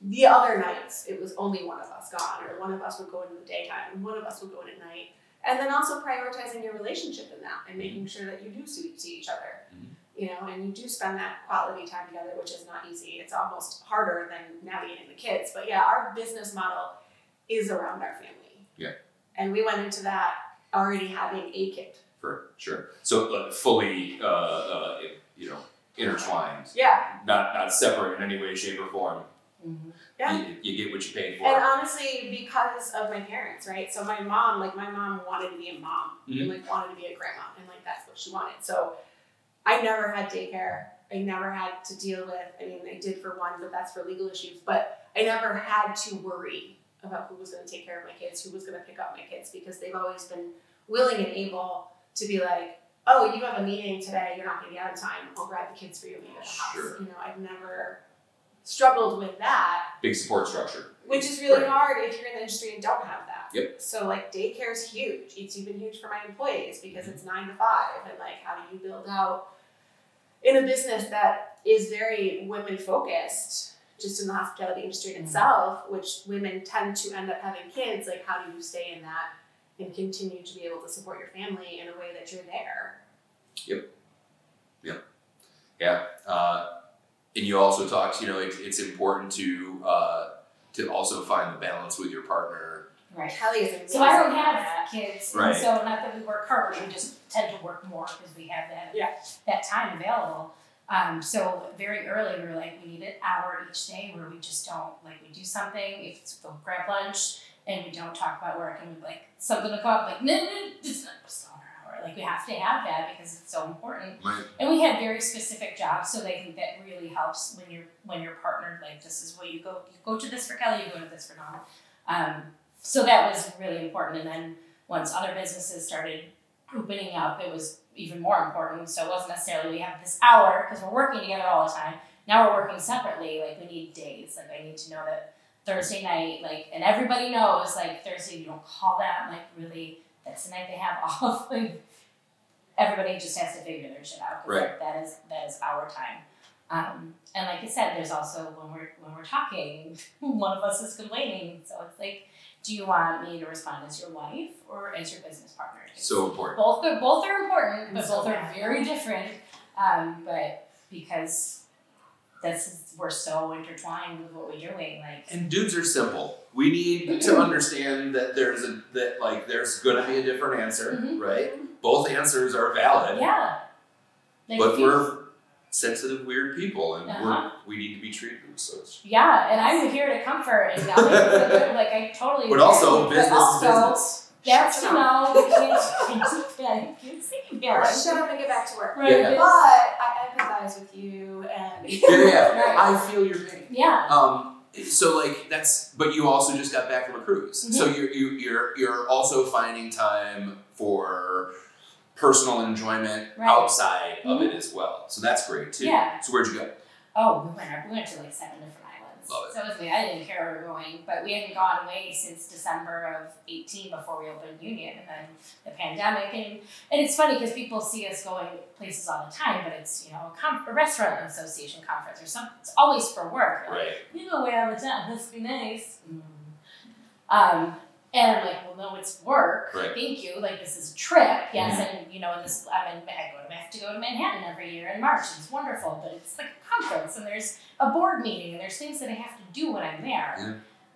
the other nights, it was only one of us gone, or one of us would go in the daytime, and one of us would go in at night. And then also prioritizing your relationship in that and making sure that you do see, see each other, Mhm. you know, and you do spend that quality time together, which is not easy. It's almost harder than navigating the kids. But yeah, our business model is around our family. And we went into that already having a kid. For sure. So uh, fully, uh, uh, you know, intertwined, Yeah. Mm-hmm. not not separate in any way, shape, or form. Mhm. Yeah. You, you get what you pay for. And honestly, because of my parents, right? So my mom, like my mom wanted to be a mom Mm-hmm. and like wanted to be a grandma and like that's what she wanted. So I never had daycare. I never had to deal with, I mean, I did for one, but that's for legal issues. But I never had to worry about who was going to take care of my kids, who was going to pick up my kids, because they've always been willing and able to be like, oh, you have a meeting today, you're not going to be out in time, I'll grab the kids for you when you go to the house. Sure. You know, I've never struggled with that Big support structure. which is really Right. hard if you're in the industry and don't have that. Yep. So like daycare is huge. It's even huge for my employees Mm-hmm. because it's nine to five, and like how do you build out in a business that is very women focused, just in the hospitality industry Mm-hmm. Mhm. itself, which women tend to end up having kids. Like how do you stay in that and continue to be able to support your family in a way that you're there? Uh, and you also talked, you know, it, it's important to uh, to also find the balance with your partner. Right. Kelly is amazing. So I don't at have that. kids, Right. and so not that we work harder, we just tend to work more because we have that Yeah. that time available. Um, so very early, we were like, we need an hour each day where we just don't like we do something. If it's we'll grab lunch and we don't talk about work, and we like something will come up, like no, no, no, it's not it's not our hour. Like we have to have that because it's so important. Right. And we had very specific jobs, so I think that really helps when you're when you're partnered. Like this is what you go you go to this for Kelly, you go to this for Donna. Um, so that was really important. And then once other businesses started opening up, it was even more important. So it wasn't necessarily we have this hour because we're working together all the time. Now we're working separately. Like we need days. Like I need to know that Thursday night, like and everybody knows like Thursday you don't call that like really that's the night they have off. Like everybody just has to figure their shit out. 'cause, like, that is that is our time. Um, and like I said, there's also when we're when we're talking, one of us is complaining. So it's like, do you want me to respond as your wife or as your business partner? So important. both are, both are important, but So both are bad. very different. Um, but because this is, we're so intertwined with what we're doing, like And dudes are simple. We need Mm-hmm. to understand that there's a that like there's gonna be a different answer, Mhm. right? Both answers are valid. yeah, like but if you- we're sensitive, weird people, and Uh-huh. we're, we need to be treated as such. yeah, and I'm here to comfort and y'all are good, like I totally. But also, agree. business but also, is business. That's you Shut know, you can't, yeah, you can't see me. Yeah, Right. shut up and get back to work. Right. But Yeah. I empathize with you and Yeah, yeah. Right. I feel your pain. Yeah. Um, so like that's, but you also just got back from a cruise, so Mm-hmm. you're you, you're you're also finding time for personal enjoyment Right. Mm-hmm. outside of it as well. So that's great too. Yeah. So where'd you go? Oh, we went. We went to like seven different islands. friends. Love it. So it was me. I didn't care where we were going, but we hadn't gone away since December of 18 before we opened Union and then the pandemic. And, and it's funny because people see us going places all the time, but it's, you know, a, com- a restaurant association conference or something. It's always for work. Right. You go away all the time. This would be nice. Mm. Um, and I'm like, well, no, it's work. Right. Thank you. Like, this is a trip. Yes, and you know, in this, I'm in. I go to I have to go to Manhattan every year in March. It's wonderful, but it's like a conference, and there's a board meeting, and there's things that I have to do when I'm there.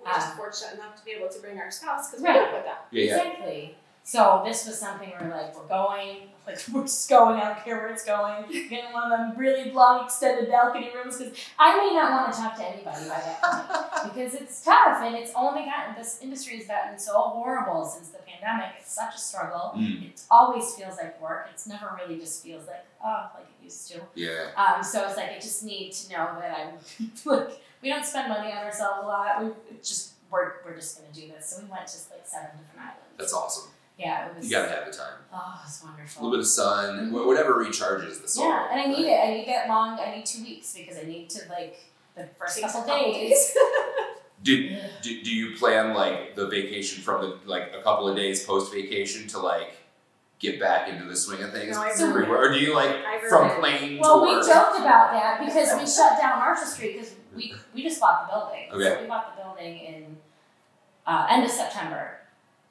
We're just Ah. Um, fortunate enough to be able to bring our spouse because Right. we're good with that. Yeah, yeah. Exactly. So this was something where like we're going, like we're just going. I don't care where it's going. Getting one of them really long extended balcony rooms because I may not want to talk to anybody by that point because it's tough and it's only gotten this industry has gotten so horrible since the pandemic. It's such a struggle. Mm, it always feels like work. It's never really just feels like oh, like it used to. yeah. Um, so it's like I just need to know that I'm like we don't spend money on ourselves a lot. We it's just we're, we're just gonna do this. So we went to like seven different islands. That's awesome. yeah, it was. You gotta have the time. Oh, it's A wonderful. little bit of sun, wh- whatever recharges the soul. Mm-hmm. yeah, and I need right? it. I need that long. I need two weeks because I need to like the first Takes couple a couple days. Do, do, do you plan like the vacation from the like a couple of days post vacation to like get back into the swing of things? No, I So- really, or do you like I really from plane Well, to we work? joked about that because we shut down Marshall Street because we, we just bought the building. Okay. So we bought the building in uh, end of September.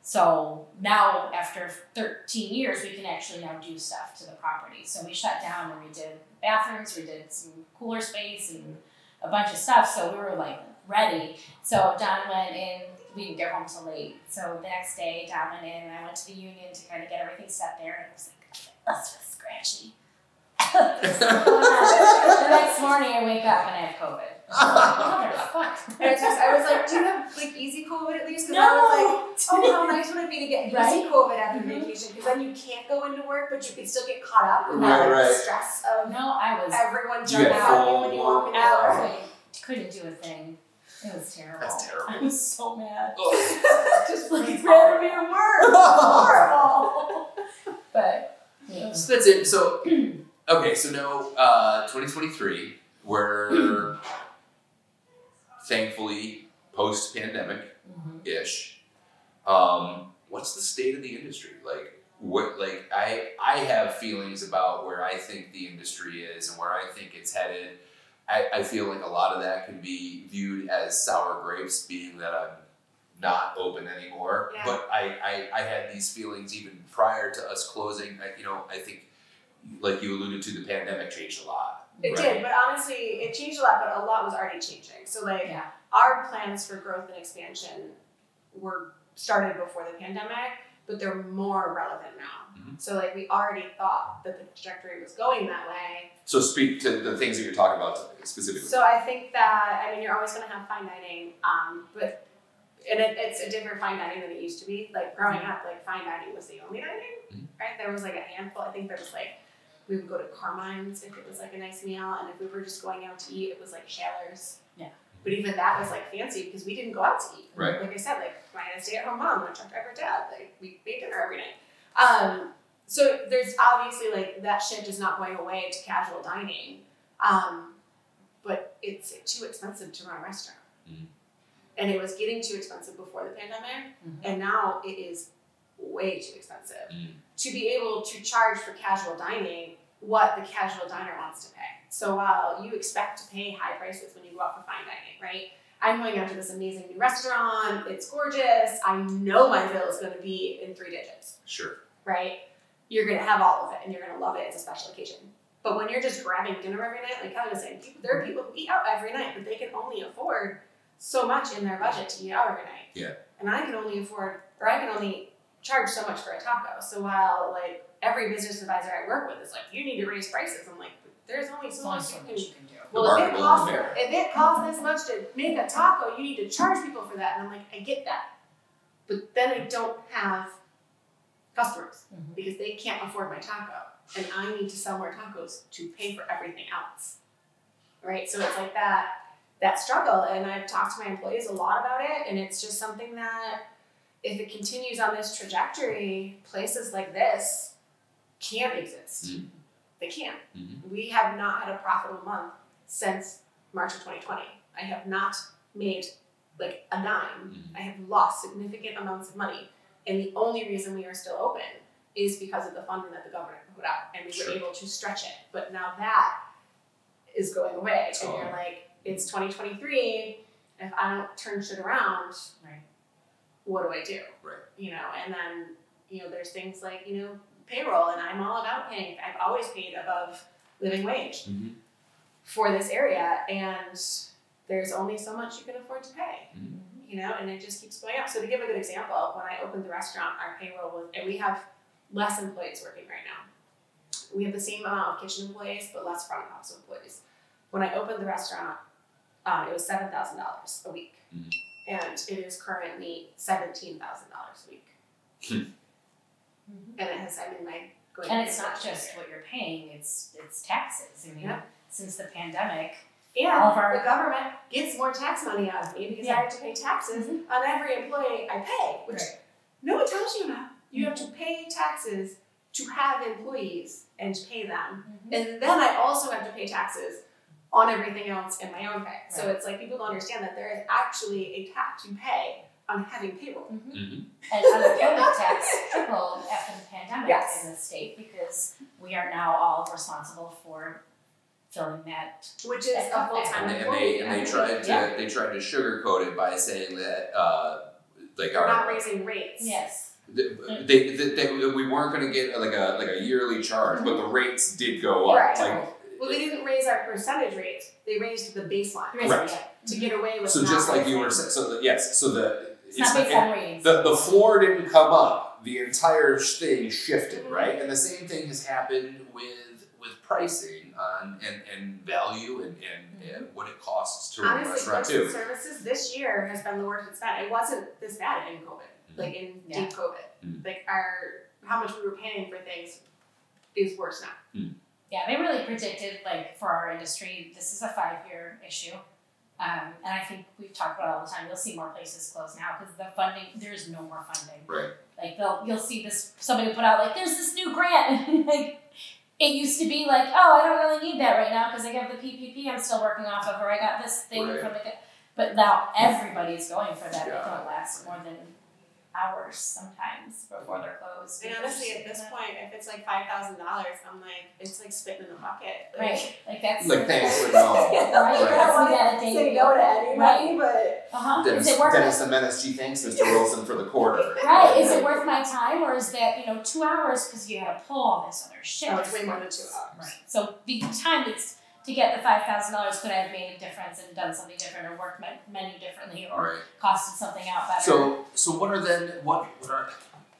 So now after 13 years, we can actually now do stuff to the property. So we shut down and we did bathrooms, we did some cooler space and a bunch of stuff. So we were like ready. So Don went in. We didn't get home till late. So the next day, Don went in, and I went to the union to kind of get everything set there. And I was like, "That's feel scratchy." the next morning, I wake up and I have COVID. Motherfucker. I was, just, I was like, do you have like easy COVID at least? 'Cause I was like, No. oh, how nice would it be to get easy Right? COVID after Mm-hmm. Mhm. vacation? Because then you can't go into work, but you can still get caught up in Right, that like, right. stress of No, I was. everyone You jumping had out full when you blown- open I out. was like, couldn't do a thing. It was terrible. That's terrible. I was so mad. Ugh. Just like it's never been worse. Horrible. but yeah. so that's it. So okay, so now uh, 2023, we're thankfully post pandemic. ish. Um, what's the state of the industry like? What like I I have feelings about where I think the industry is and where I think it's headed. I, I feel like a lot of that can be viewed as sour grapes, being that I'm not open anymore. Yeah. But I, I I had these feelings even prior to us closing. I, you know I think like you alluded to, the pandemic changed a lot. It right? did, but honestly, it changed a lot, but a lot was already changing. So, like, Yeah. our plans for growth and expansion were started before the pandemic, but they're more relevant now. Mhm. So, like, we already thought that the trajectory was going that way. So speak to the things that you're talking about specifically. So, I think that, I mean, you're always going to have fine dining, um, but and it, it's a different fine dining than it used to be. Like, growing up, like, fine dining was the only dining, Mhm. right? There was like a handful. I think there was like, we would go to Carmine's if it was like a nice meal, and if we were just going out to eat, it was like Shaler's. Yeah. But even that was like fancy because we didn't go out to eat right. like I said, like I had a stay-at-home mom and a truck driver dad, like we made dinner every night. Um, so there's obviously like that shift is not going away to casual dining, um, but it's too expensive to run a restaurant, Mhm. and it was getting too expensive before the pandemic, Mhm. and now it is way too expensive Mm. to be able to charge for casual dining what the casual diner wants to pay. So while you expect to pay high prices when you go out for fine dining, right? I'm going out to this amazing new restaurant. It's gorgeous. I know my bill is going to be in three digits, Sure. right? You're going to have all of it and you're going to love it. It's a special occasion. But when you're just grabbing dinner every night, like Kelly was saying, people, there are people who eat out every night, but they can only afford so much in their budget to eat out every night. Yeah. And I can only afford, or I can only charge so much for a taco. So while like every business advisor I work with is like, you need to raise prices, I'm like, there's only It's so only much so you much can you can do. well, if it marketable costs affair. if it costs this much to make a taco, you need to charge people for that. And I'm like, I get that, but then I don't have customers Mhm. because they can't afford my taco, and I need to sell more tacos to pay for everything else. Right, so it's like that that struggle, and I've talked to my employees a lot about it, and it's just something that if it continues on this trajectory, places like this can't exist. Mhm. They can't. Mhm. We have not had a profitable month since March of 2020. I have not made like a dime. Mm-hmm. I have lost significant amounts of money. And the only reason we are still open is because of the funding that the government put out and we Sure. were able to stretch it. But now that is going away. And Totally. you're like, it's 2023. If I don't turn shit around, Right. what do I do? Right. You know, and then, you know, there's things like, you know, payroll, and I'm all about paying. I've always paid above living wage Mhm. for this area, and there's only so much you can afford to pay you know, and it just keeps going up. So to give a good example, when I opened the restaurant, our payroll was, and we have less employees working right now. We have the same amount of kitchen employees, but less front office employees. When I opened the restaurant, um, it was seven thousand dollars a week, Mhm. and it is currently seventeen thousand dollars a week, Mm-hmm. Mhm. and it has. I mean, my going. And it's rate not is just what you're paying, it's it's taxes. I mean, Yeah. since the pandemic, all And of our- the government gets more tax money out of me because I Yeah. Mm-hmm. have to pay taxes on every employee I pay, which Right. Mm-hmm. no one tells you about. You have to pay taxes to have employees and to pay them. Mm-hmm. And then I also have to pay taxes on everything else in my own pay. So Right. it's like people don't understand that there is actually a tax you pay on having payroll. Mm-hmm. Mm-hmm. and unemployment tax tripled after the pandemic Yes. in the state because we are now all responsible for filling that. Which is That's a not full bad. time And, employee. they- and they and they tried to Yeah. they tried to sugarcoat it by saying that uh, like We're not our raising rates. Yes. th- they, they, they, we weren't going to get like a like a yearly charge, but the rates did go up. Right. Like Well, they didn't raise our percentage rates, they raised the baseline Correct. to get away with so, not just like raising. you were saying, so the, yes, so the It's not based on rates. The, the floor didn't come up. The entire thing shifted, right? And the same thing has happened with with pricing on and, and value and, and, and what it costs to run a Honestly, restaurant goods too. and services this year has been the worst it's been. It wasn't this bad in COVID, Mm-hmm. like in Yeah. deep COVID. Mhm. Like our how much we were paying for things is worse now. Yeah, they really predicted like for our industry, this is a five-year issue. Um, and I think we've talked about it all the time. You'll see more places close now because the funding, there's no more funding. Right. Like they'll, you'll see this somebody put out like, there's this new grant. like it used to be like, oh, I don't really need that right now because I have the PPP I'm still working off of, or I got this thing Right. from the. go-" But now everybody's going for that. Yeah. It don't last more than hours sometimes before they're closed. And honestly, at this point, if it's like five thousand dollars, I'm like, it's like spitting in the bucket. Like, right? Like that's Like thanks for no. Right, Right. that's what we had a day Say to no go. to anybody, but Uh-huh. Dennis, is it worth Dennis the Menace, gee thanks, Mr. Wilson, for the quarter. right? Is it worth my time or is that you know two hours because you got to pull all this other shit? Oh, it's way more than two hours. Right. So the time it's to get the five thousand dollars could I have made a difference and done something different or worked my menu differently All or right. costed something out better? So so what are then what what are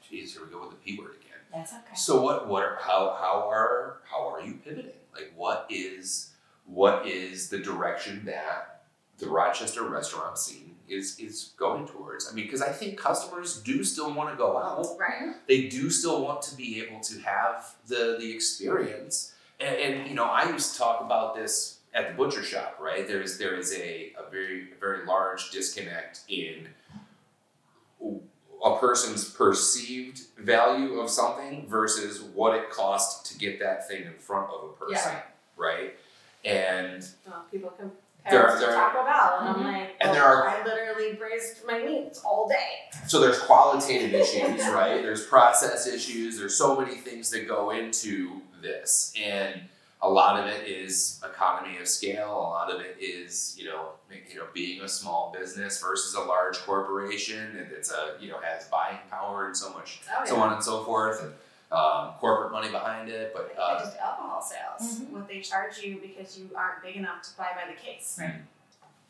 geez, here we go with the P word again. that's okay. So what what are how how are how are you pivoting? Like what is what is the direction that the Rochester restaurant scene is is going towards? I mean, because I think customers do still want to go out. Right. They do still want to be able to have the the experience. And, and you know, I used to talk about this at the butcher shop, right? There is there is a, a very a very large disconnect in a person's perceived value of something versus what it cost to get that thing in front of a person, right? And Well, uh, people compare There- us to there- Taco Bell, and Mhm. I'm like, And "Oh, there are- I literally braised my meats all day. so there's qualitative issues, right? There's process issues. There's so many things that go into this, and a lot of it is economy of scale. A lot of it is you know you know being a small business versus a large corporation, and it's a you know has buying power and so much Oh, so on and so forth, and um, corporate money behind it. But Like, uh, just alcohol sales, Mhm. what they charge you because you aren't big enough to buy by the case. I mean,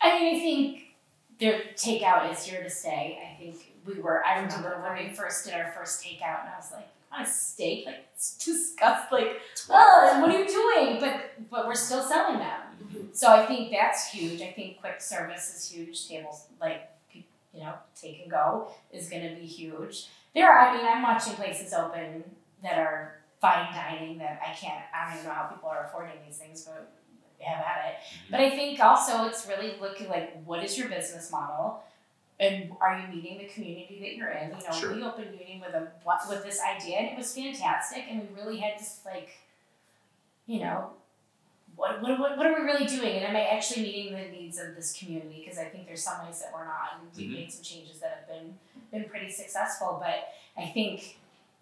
I think their takeout is here to stay. I think we were. I remember when we first did our first takeout, and I was like, on a steak, like it's disgusting. Like, it's oh, what are you doing? But but we're still selling them. So I think that's huge. I think quick service is huge. Tables like pe- you know take and go is going to be huge. There, are, I mean, I'm watching places open that are fine dining that I can't. I don't even know how people are affording these things, but have at it. But I think also it's really looking like what is your business model. And are you meeting the community that you're in? You know, Sure. we opened meeting with a what with this idea, and it was fantastic. And we really had this like, you know, what, what, what, what are we really doing? And am I actually meeting the needs of this community? Because I think there's some ways that we're not, and we've Mhm. made some changes that have been been pretty successful. But I think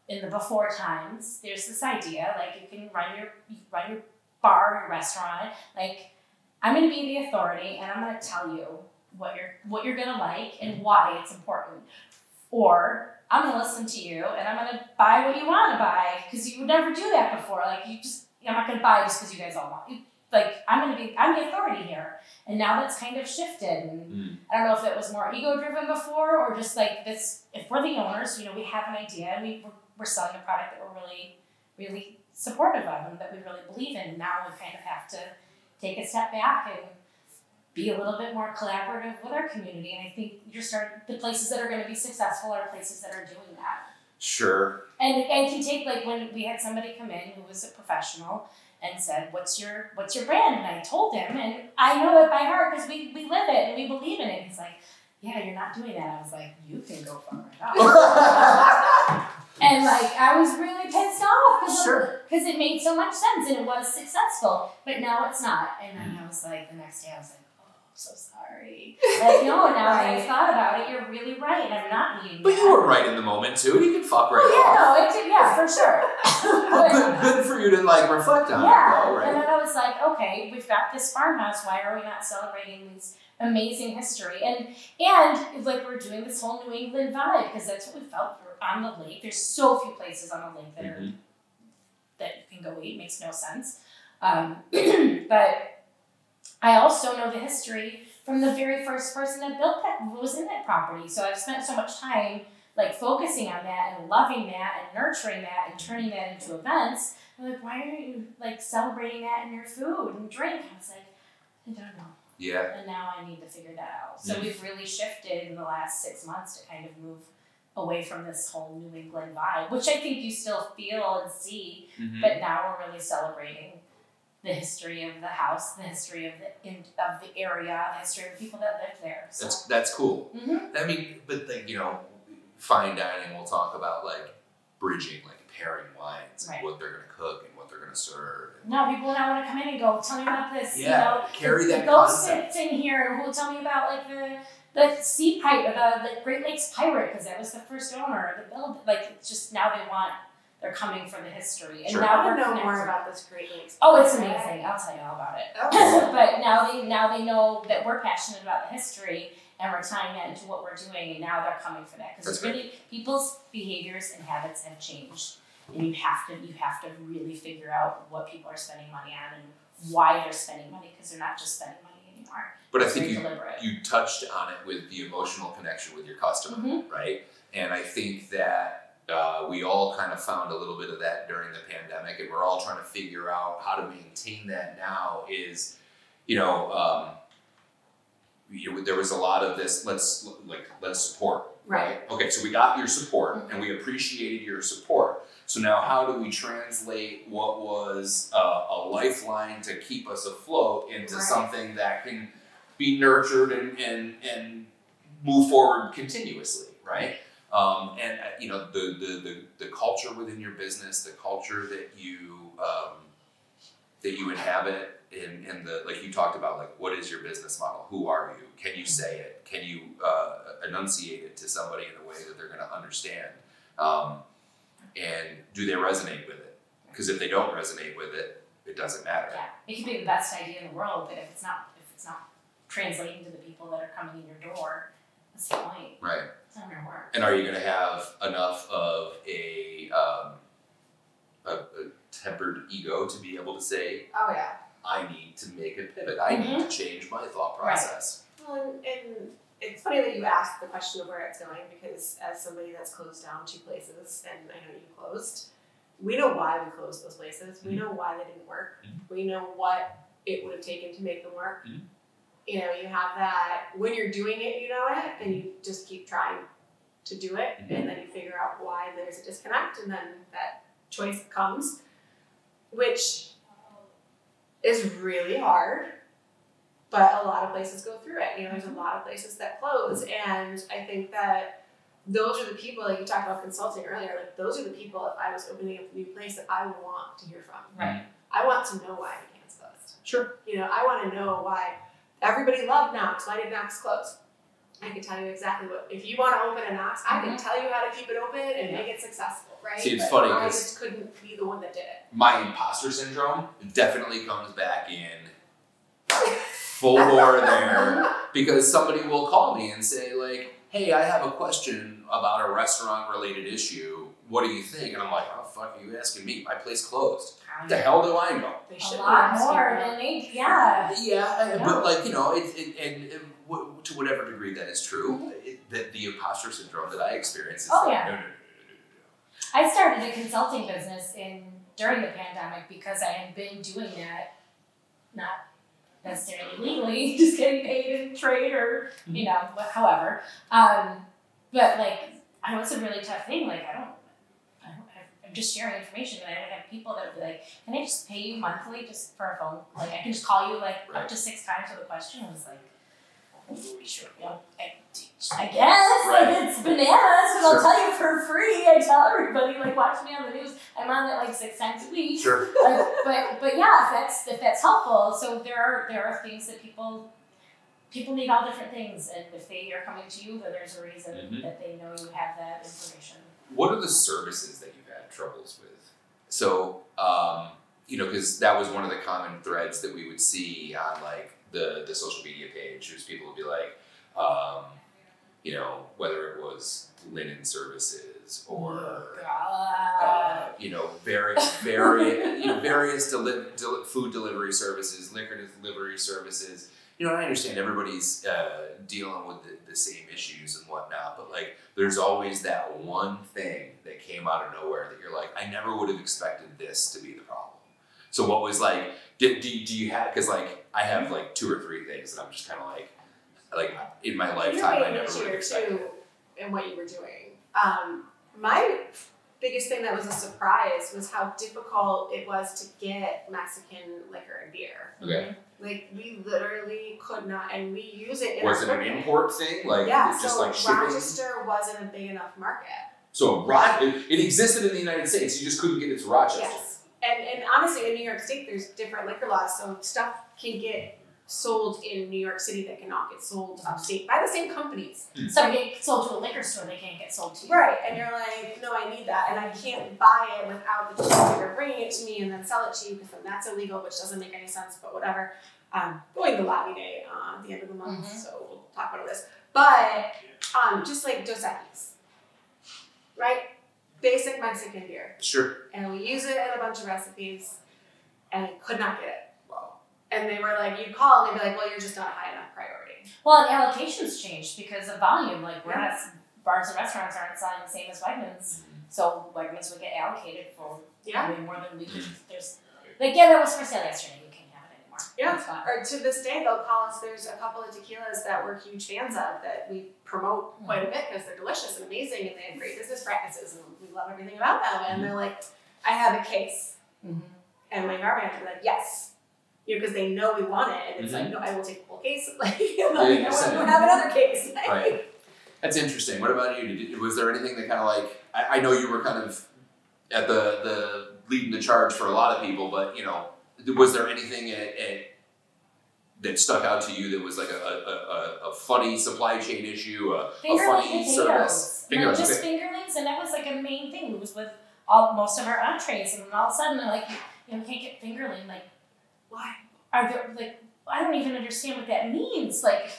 in the before times, there's this idea like you can run your you run your bar, your restaurant. Like I'm going to be the authority, and I'm going to tell you what you're what you're going to like and why it's important. Or I'm gonna listen to you and I'm gonna buy what you want to buy because you would never do that before. Like you just, I'm not gonna buy just because you guys all want. You, like I'm gonna be, I'm the authority here. And now that's kind of shifted. And Mm. I don't know if it was more ego driven before or just like this. If we're the owners, you know, we have an idea and we we're, we're selling a product that we're really, really supportive of and that we really believe in. Now we kind of have to take a step back and be a little bit more collaborative with our community. And I think you're starting the places that are going to be successful are places that are doing that. Sure. And and can take like when we had somebody come in who was a professional and said, "What's your what's your brand?" And I told him, and I know it by heart because we we live it and we believe in it. He's like, "Yeah, you're not doing that." I was like, "You can go far enough." and like I was really pissed off because Sure. because it made so much sense and it was successful, but now it's not. And then I was like, the next day I was like, oh, I'm so sorry. Like, no, now that I Right. thought about it, you're really right. I'm not meeting But that. you were right in the moment too. You can fuck right Oh, off. yeah, no, it did, yeah, for sure. Well, But- good, good for you to like reflect on yeah, it though, and right? then I was like, okay, we've got this farmhouse. Why are we not celebrating this amazing history? And and like we're doing this whole New England vibe because that's what we felt. We're on the lake. There's so few places on the lake that are Mhm. that you can go eat. Makes no sense. Um, but I also know the history from the very first person that built that was in that property. So I've spent so much time like focusing on that and loving that and nurturing that and turning that into events. I'm like, why aren't you like celebrating that in your food and drink? I was like, I don't know. Yeah. And now I need to figure that out. So Mm. we've really shifted in the last six months to kind of move away from this whole New England vibe, which I think you still feel and see Mhm. but now we're really celebrating the history of the house, the history of the in, of the area, the history of the people that live there. So. That's that's cool. Mm-hmm. Mhm. I mean, but like you know, fine dining. We'll talk about like bridging, like pairing wines, Right. and what they're gonna cook and what they're gonna serve. and- No, people now want to come in and go tell me about this. yeah, you know, carry the, that the ghost concept. that's in here. Who will tell me about like the the sea pirate, the, the Great Lakes pirate, because that was the first owner. The build, like it's just now they want they're coming for the history, and Sure. I now want we're to know more connecting. about this Great Lakes. Oh, Oh, it's amazing! I'll tell you all about it. Okay. but now they now they know that we're passionate about the history and we're tying that into what we're doing and now they're coming for that That's because really people's behaviors and habits have changed and you have to you have to really figure out what people are spending money on and why they're spending money because they're not just spending money anymore But I It's think very you deliberate you touched on it with the emotional connection with your customer, Mm-hmm. right? And I think that uh, we all kind of found a little bit of that during the pandemic, and we're all trying to figure out how to maintain that now. Is you know, um, you know, there was a lot of this. Let's like let's support Right. Mm-hmm. Okay, so we got your support and we appreciated your support. So now, how do we translate what was a, a lifeline to keep us afloat into Right. something that can be nurtured and and and move forward continuously, right? Um, and uh, you know the, the the the culture within your business, the culture that you um, that you inhabit, and and the like you talked about, like what is your business model? Who are you? Can you say it? Can you uh, enunciate it to somebody in a way that they're going to understand? Um, and do they resonate with it? Because if they don't resonate with it, it doesn't matter. yeah it could be the best idea in the world but if it's not if it's not translating to the people that are coming in your door what's the point Right. it's not gonna work And are you going to have enough of a, um, a, a tempered ego to be able to say, Oh yeah. I need to make a pivot. I need to change my thought Right. process. Well, and, and it's funny that you asked the question of where it's going because as somebody that's closed down two places, and I know you closed, we know why we closed those places. We Mhm. know why they didn't work. Mhm. We know what it would have taken to make them work. Mhm. You know, you have that when you're doing it, you know it, and you just keep trying to do it, Mhm. and then you figure out why there's a disconnect, and then that choice comes, which is really hard but a lot of places go through it. You know, there's a lot of places that close, and I think that those are the people. Like you talked about consulting earlier, like those are the people. If I was opening up a new place, that I would want to hear from. right I want to know why I can't closed. Sure. You know, I want to know why everybody loved Knox. Why did Knox close? I can tell you exactly what. If you want to open a Knox, I can tell you how to keep it open and make it successful, right? See, it's But funny I 'cause- just couldn't be the one that did it. My imposter syndrome definitely comes back in full bore there because somebody will call me and say like, "Hey, I have a question about a restaurant related issue. What do you think?" And I'm like, "Oh fuck, are you asking me? My place closed. What the hell do I know?" They A should lot be more asking than they, yeah. Yeah, I know. but like you know, it, it and it, wh- to whatever degree that is true, it, that the imposter syndrome that I experience is Oh, like, yeah. no, no, no, no, I started a consulting business in during the pandemic because I had been doing that, not necessarily legally, just getting paid in trade or Mm-hmm. you know wha- however. Um, but like, I know it's a really tough thing. Like, I don't. I don't have- I'm just sharing information, but I don't have people that would be like, "Can I just pay you monthly just for a phone? Like, I can just call you like up Right. to six times with a question." I was like, "Ooh, "Sure, yeah, I, I guess Right. like it's bananas, but I'll Sure. tell you for free. I tell everybody like, watch me on the news. I'm on it like six times a no." week. Sure. Like, but but yeah, if that's if that's helpful. So there are there are things that people people need all different things, and if they are coming to you, then there's a reason Mhm. that they know you have that information. What are the services that you've had troubles with? So, um, you know, because that was one of the common threads that we would see on like the the social media page. Was people would be like, um, you know, whether it was linen services or. Oh God. uh, you know, various, various, you know, various deli- deli- food delivery services, liquor delivery services. You know, and I understand everybody's uh, dealing with the, the same issues and whatnot, but like, there's always that one thing that came out of nowhere that you're like, I never would have expected this to be the problem. So, what was like, do, do, do you have, because like, I have like two or three things that I'm just kind of like, like in my lifetime, I You're never would have way expected. too in what you were doing. Um, my biggest thing that was a surprise was how difficult it was to get Mexican liquor and beer. Okay. Like we literally could not, and we use it. In Was it our an cooking. import thing? Like, yeah, just so like shipping? Rochester wasn't a big enough market. So Ro- it, it existed in the United States. You just couldn't get it to Rochester. Yes, and and honestly, in New York State, there's different liquor laws, so stuff can get sold in New York City that cannot get sold upstate by the same companies. Some get sold to a liquor store; they can't get sold to you. Right, and you're like, no, I need that, and I can't buy it without the distributor bringing it to me and then sell it to you because then that's illegal, which doesn't make any sense, but whatever. Um, going to lobby day uh, at the end of the month, Mhm. so we'll talk about this. But um, just like Dos Equis, right? Basic Mexican beer, Sure. and we use it in a bunch of recipes, and I could not get it. Wow. And they were like, you call, and they'd be like, well, you're just not a high enough priority. Well, and allocations changed because of volume. Like we're not bars and restaurants aren't selling the same as Wegmans, Mm-hmm. so Wegmans would get allocated for Yeah. I mean, more than we could. There's like yeah, that was for sale yesterday. You can't have it anymore. Yeah. It's not- Or to this day, they'll call us. There's a couple of tequilas that we're huge fans of that we promote Hmm. quite a bit because they're delicious and amazing and they have great business practices and we love everything about them. And they're like, I have a case. Mm-hmm. And my yard manager's like, yes. You know, because they know we want it. And it's like, no, I will take the whole case. Like, you know, Mm-hmm. I Yeah, you want said to it. have another case. Like, Right. That's interesting. What about you? Did, was there anything that kind of like I, I know you were kind of at the the leading the charge for a lot of people, but you know, was there anything at, at, that stuck out to you that was like a, a, a, a funny supply chain issue, a, a Fingerling funny potatoes. service? Like, Fingerlings, just fingerlings, and that was like a main thing. It was with all most of our entrees, and then all of a sudden they're like, you know, we can't get fingerling. Like, Why? are there like I don't even understand what that means. Like,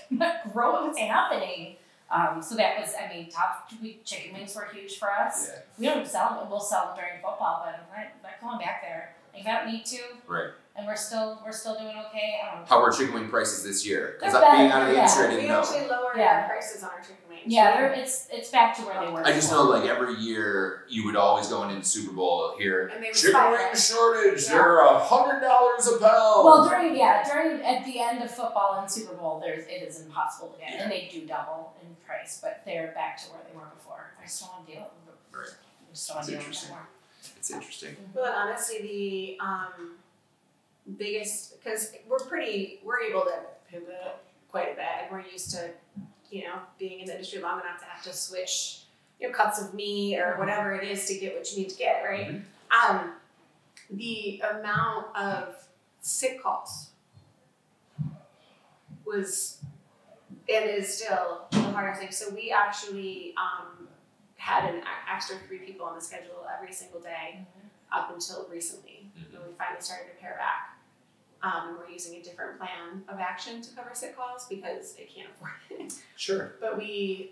grow what's happening. Um, so that was, I mean, top we, chicken wings were huge for us. Yeah. We don't sell them. We'll sell them during football, but I'm not, not going back there. Like, I don't need to. Right. And we're still we're still doing okay. I don't How were chicken wing prices this year? Because They're I'm being out better, of the yeah. industry, I We didn't know. actually lowered Yeah. our prices on our chicken wings. Yeah, they're, it's it's back to where they were. I just know like every year you would always go into the Super Bowl here. And they would Chicken spike wing it." shortage. Yeah. They're a hundred dollars a pound. Well, during yeah, during at the end of football and Super Bowl, there's it is impossible to get, and they do double in price, but they're back to where they were before. I just don't want to deal with it. Right. I just don't want That's to deal with it interesting. anymore. it's interesting. Well, and honestly, the um, biggest because we're pretty we're able to pivot quite a bit, and we're used to you know being in the industry long enough to have to switch you know cuts of meat or whatever it is to get what you need to get right. Um, the amount of sick calls was and is still the hardest thing. So we actually um, had an a- extra three people on the schedule every single day up until recently when we finally started to pare back. Um, we're using a different plan of action to cover sick calls because they can't afford it. Sure. But we,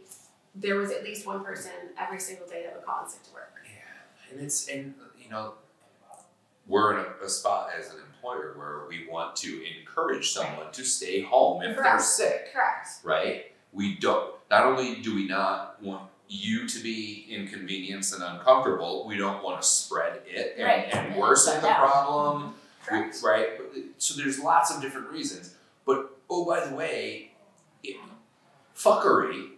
there was at least one person every single day that would call in sick to work. Yeah, and it's and you know, we're in a, a spot as an employer where we want to encourage someone to stay home if they're Correct. sick. Correct. right? We don't. Not only do we not want you to be inconvenienced and uncomfortable, we don't want to spread it and, Right. and worsen the Yeah. problem, we- Correct. right? So there's lots of different reasons. But oh, by the way, it, fuckery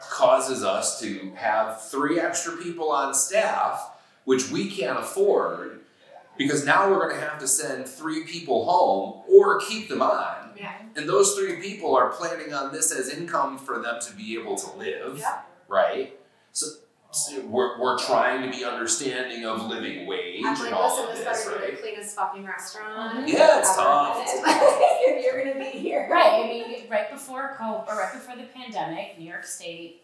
causes us to have three extra people on staff, which we can't afford, because now we're going to have to send three people home or keep them on. Yeah. And those three people are planning on this as income for them to be able to live, Yeah. right? So, so we're, we're trying to be understanding of living wage I'm like, and all listen, of this this, better be right? the cleanest fucking restaurant. Yeah, it's ever. tough. if you're gonna be here. Right. I mean, right before COVID, or right before the pandemic, New York State,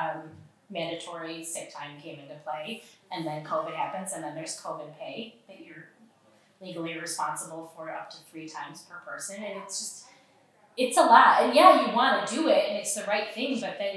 um, mandatory sick time came into play, and then COVID happens, and then there's COVID pay that you're legally responsible for up to three times per person, and it's just, it's a lot. And yeah, you want to do it, and it's the right thing, but then.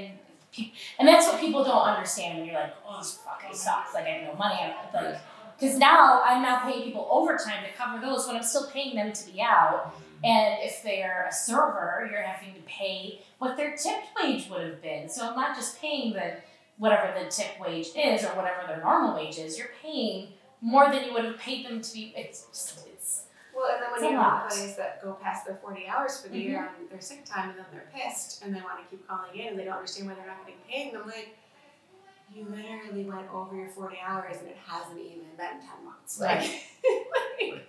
pe- And that's what people don't understand when you're like, oh, this fucking sucks. Like, I have no money. I have, like, because now I'm now paying people overtime to cover those when I'm still paying them to be out. And if they're a server, you're having to pay what their tipped wage would have been. So I'm not just paying the whatever the tip wage is or whatever their normal wage is. You're paying more than you would have paid them to be. It's just, it's Well, and then when It's a you have lot. Mm-hmm. employees that go past their 40 hours for the year on their sick time and then they're pissed and they want to keep calling in and they don't understand why they're not getting paid, and I'm like, you literally went over your 40 hours and it hasn't even been 10 months. Like, like,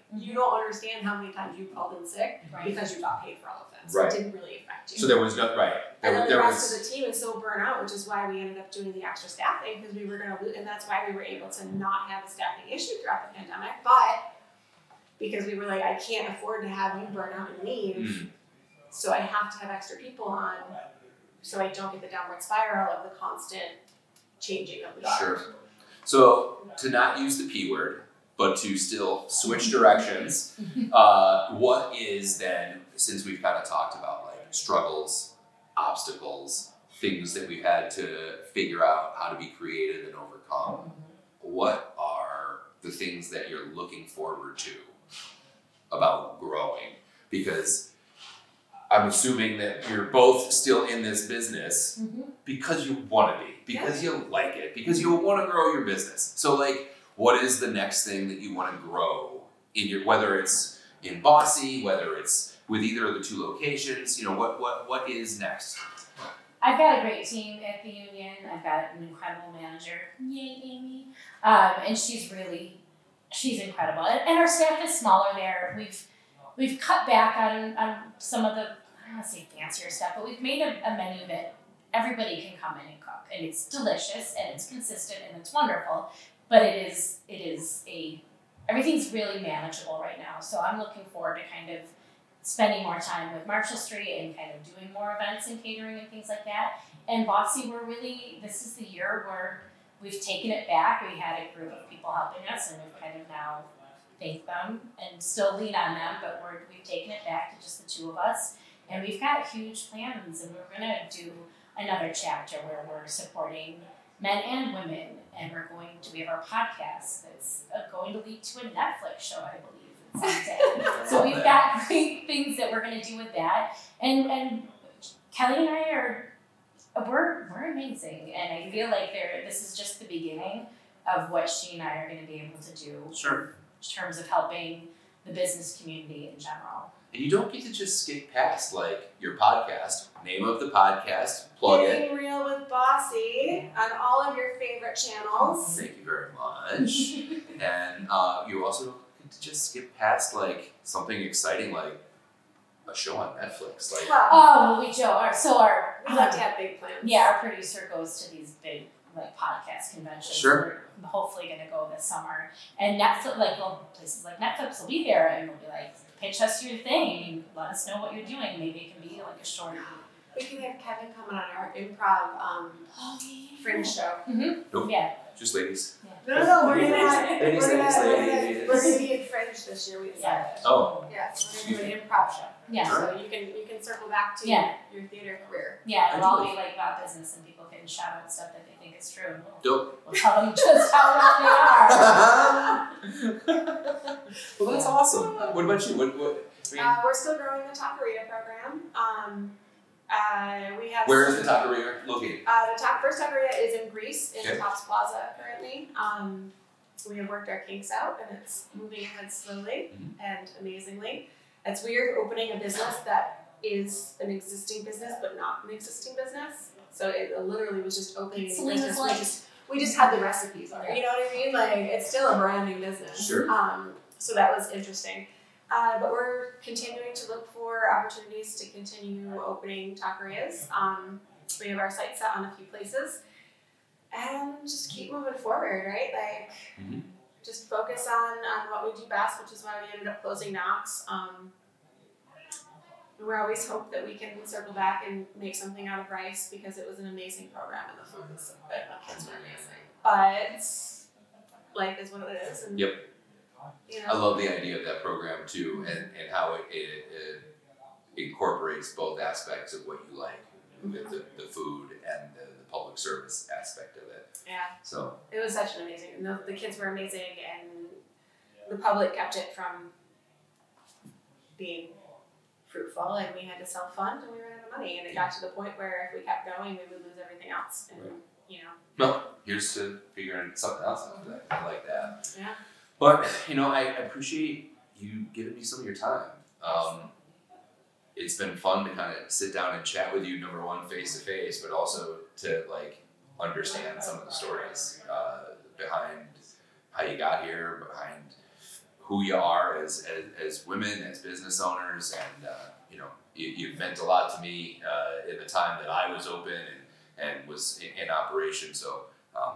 Mm-hmm. you don't understand how many times you called in sick because you got paid for all of them. So Right. it didn't really affect you. So there was no right. There, And was- then the there rest was of the team is so burnt out, which is why we ended up doing the extra staffing because we were going to lose, and that's why we were able to not have a staffing issue throughout the pandemic. But because we were like, I can't afford to have you burn out and leave, Mm, so I have to have extra people on, so I don't get the downward spiral of the constant changing of the guard. sure. So to not use the p word, but to still Mm-hmm. switch directions. uh, what is then since we've kind of talked about like struggles, obstacles, things that we've had to figure out how to be creative and overcome. Mm-hmm. what are the things that you're looking forward to about growing? Because I'm assuming that you're both still in this business Mhm. because you want to be, because you like it, because you want to grow your business. So, like, what is the next thing that you want to grow in your, whether it's in Bossy, whether it's with either of the two locations, you know, what what what is next? I've got a great team at the union. I've got an incredible manager. Yay, Amy. Um, and she's really, she's incredible. And, and our staff is smaller there. We've we've cut back on, on some of the I don't want to say fancier stuff, but we've made a, a menu that everybody can come in and cook, and it's delicious and it's consistent and it's wonderful. But it is it is a everything's really manageable right now. So I'm looking forward to kind of spending more time with Marshall Street and kind of doing more events and catering and things like that. And Bossy, we're really, this is the year where we've taken it back. We had a group of people helping us and we've kind of now thank them and still lean on them, but we're, we've taken it back to just the two of us. And we've got huge plans and we're going to do another chapter where we're supporting men and women and we're going to, we have our podcast that's uh, going to lead to a Netflix show, I believe, someday. So we've got great things that we're gonna do with that, and and Kelly and I are we're we're amazing, and I feel like there this is just the beginning of what she and I are gonna be able to do Sure. in terms of helping the business community in general. And you don't get to just skip past like your podcast, name of the podcast, plug it, Getting real with Bossy on all of your favorite channels. Thank you very much. and uh, you also don't get to just skip past like something exciting like a show on Netflix. Like Well, Oh, well, we Joe, our so our um, we love to have big plans. yeah, our producer goes to these big like podcast conventions. Sure. We're hopefully going to go this summer, and Netflix, like well, places like Netflix will be there, and we'll be like, pitch us your thing. Let us know what you're doing. Maybe it can be like a short. We can have Kevin come on our improv um, fringe show. Yeah. Just ladies. No, no, no, we're gonna, It is, we're it is, gonna, we're it gonna, is. we're gonna be in fringe this year. We decided. Oh. Yeah, we're gonna do an improv show. Yeah. Sure. So you can you can circle back to Yeah. your theater career. Yeah, it'll I all do. be like about business and people can shout out stuff that they think is true. and we'll- Dope. We'll tell them just how wrong well, that's awesome. What about you? What, what, I mean, Uh, we're still growing the Taqueria program. Um, uh, we have where is the taqueria located? Uh, the top first taqueria is in Greece in Okay. Tops Plaza currently. Um, we have worked our kinks out and it's moving ahead slowly and amazingly. It's weird opening a business that is an existing business but not an existing business. So it literally was just opening a Selena's business. like- we, just, we just had the recipes already. You know what I mean? Like it's still a brand new business. Sure. Um, so that was interesting. Uh, but we're continuing to look for opportunities to continue opening taquerias. Um, we have our sights set on a few places and just keep moving forward, right? Like, Mhm. just focus on, on what we do best, which is why we ended up closing Knox. Um, we're always hope that we can circle back and make something out of rice because it was an amazing program and the food was the kids were amazing. But life is what it is, and Yep. you know. I love the idea of that program too, and, and how it, it, it incorporates both aspects of what you like, the, the, the food and the, the public service aspect of it. Yeah. So It was such an amazing. and The, the kids were amazing, and the public kept it from being fruitful. And we had to self fund, and we ran out of money. And it got to the point where if we kept going, we would lose everything else. And you know, here's to figuring something else out for that. I like that. Yeah. But you know, I appreciate you giving me some of your time. Um, it's been fun to kind of sit down and chat with you, number one, face to face, but also to like understand some of the stories uh, behind how you got here, behind who you are as as, as women, as business owners, and uh, you know, you, you've meant a lot to me uh, in the time that I was open and, and was in, in operation. So um,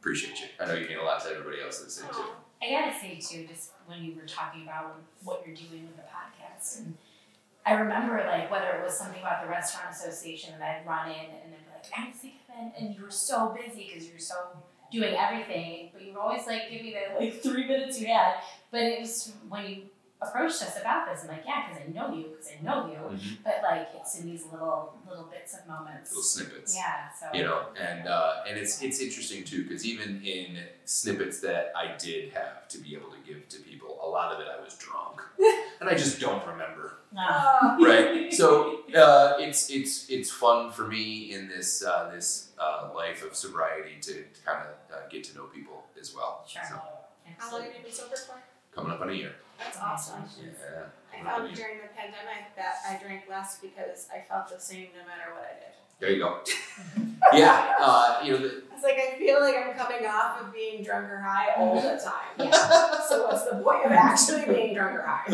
appreciate you. I know you mean a lot to everybody else that's in too. I gotta say too, just when you were talking about what you're doing with the podcast, and I remember like whether it was something about the restaurant association that I'd run in, and then be like, I'm sick of it," and you were so busy because you were so doing everything, but you were always like, give me the like three minutes you had. But it was when you approached us about this, I'm like, yeah, because I know you, because I know you, Mhm. but like it's in these little little bits of moments. Little snippets. Yeah. So. you know and uh, and it's it's interesting too because even in snippets that i did have to be able to give to people a lot of it i was drunk and i just don't remember Ah. right so uh, it's it's it's fun for me in this uh, this uh, life of sobriety to, to kind of uh, get to know people as well Sure. so how long have you been sober for? coming up on a year That's awesome. yeah I coming up on a found year. during the pandemic that I drank less because I felt the same no matter what I did. there you go yeah uh, you know the, I was like, I feel like I'm coming off of being drunk or high all the time. so what's the point of actually being drunk or high?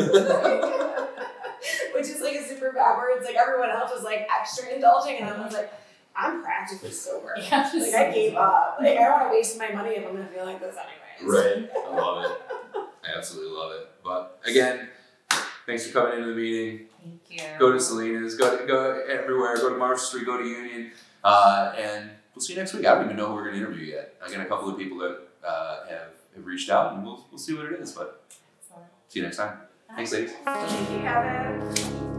Which is like a super backwards. Like everyone else was like extra indulging, and I was like, I'm practically sober. Yeah. Like I gave up. Like I don't want to waste my money if I'm gonna feel like this anyways. Right. I love it. I absolutely love it. But again, thanks for coming into the meeting. Thank you. Go to Selena's, go to, go everywhere, go to Marshall Street, go to Union. Uh, and we'll see you next week. I don't even know who we're going to interview yet. I got a couple of people that uh, have, have reached out, and we'll, we'll see what it is. But see you next time. Thanks, ladies. Thank you, Kevin.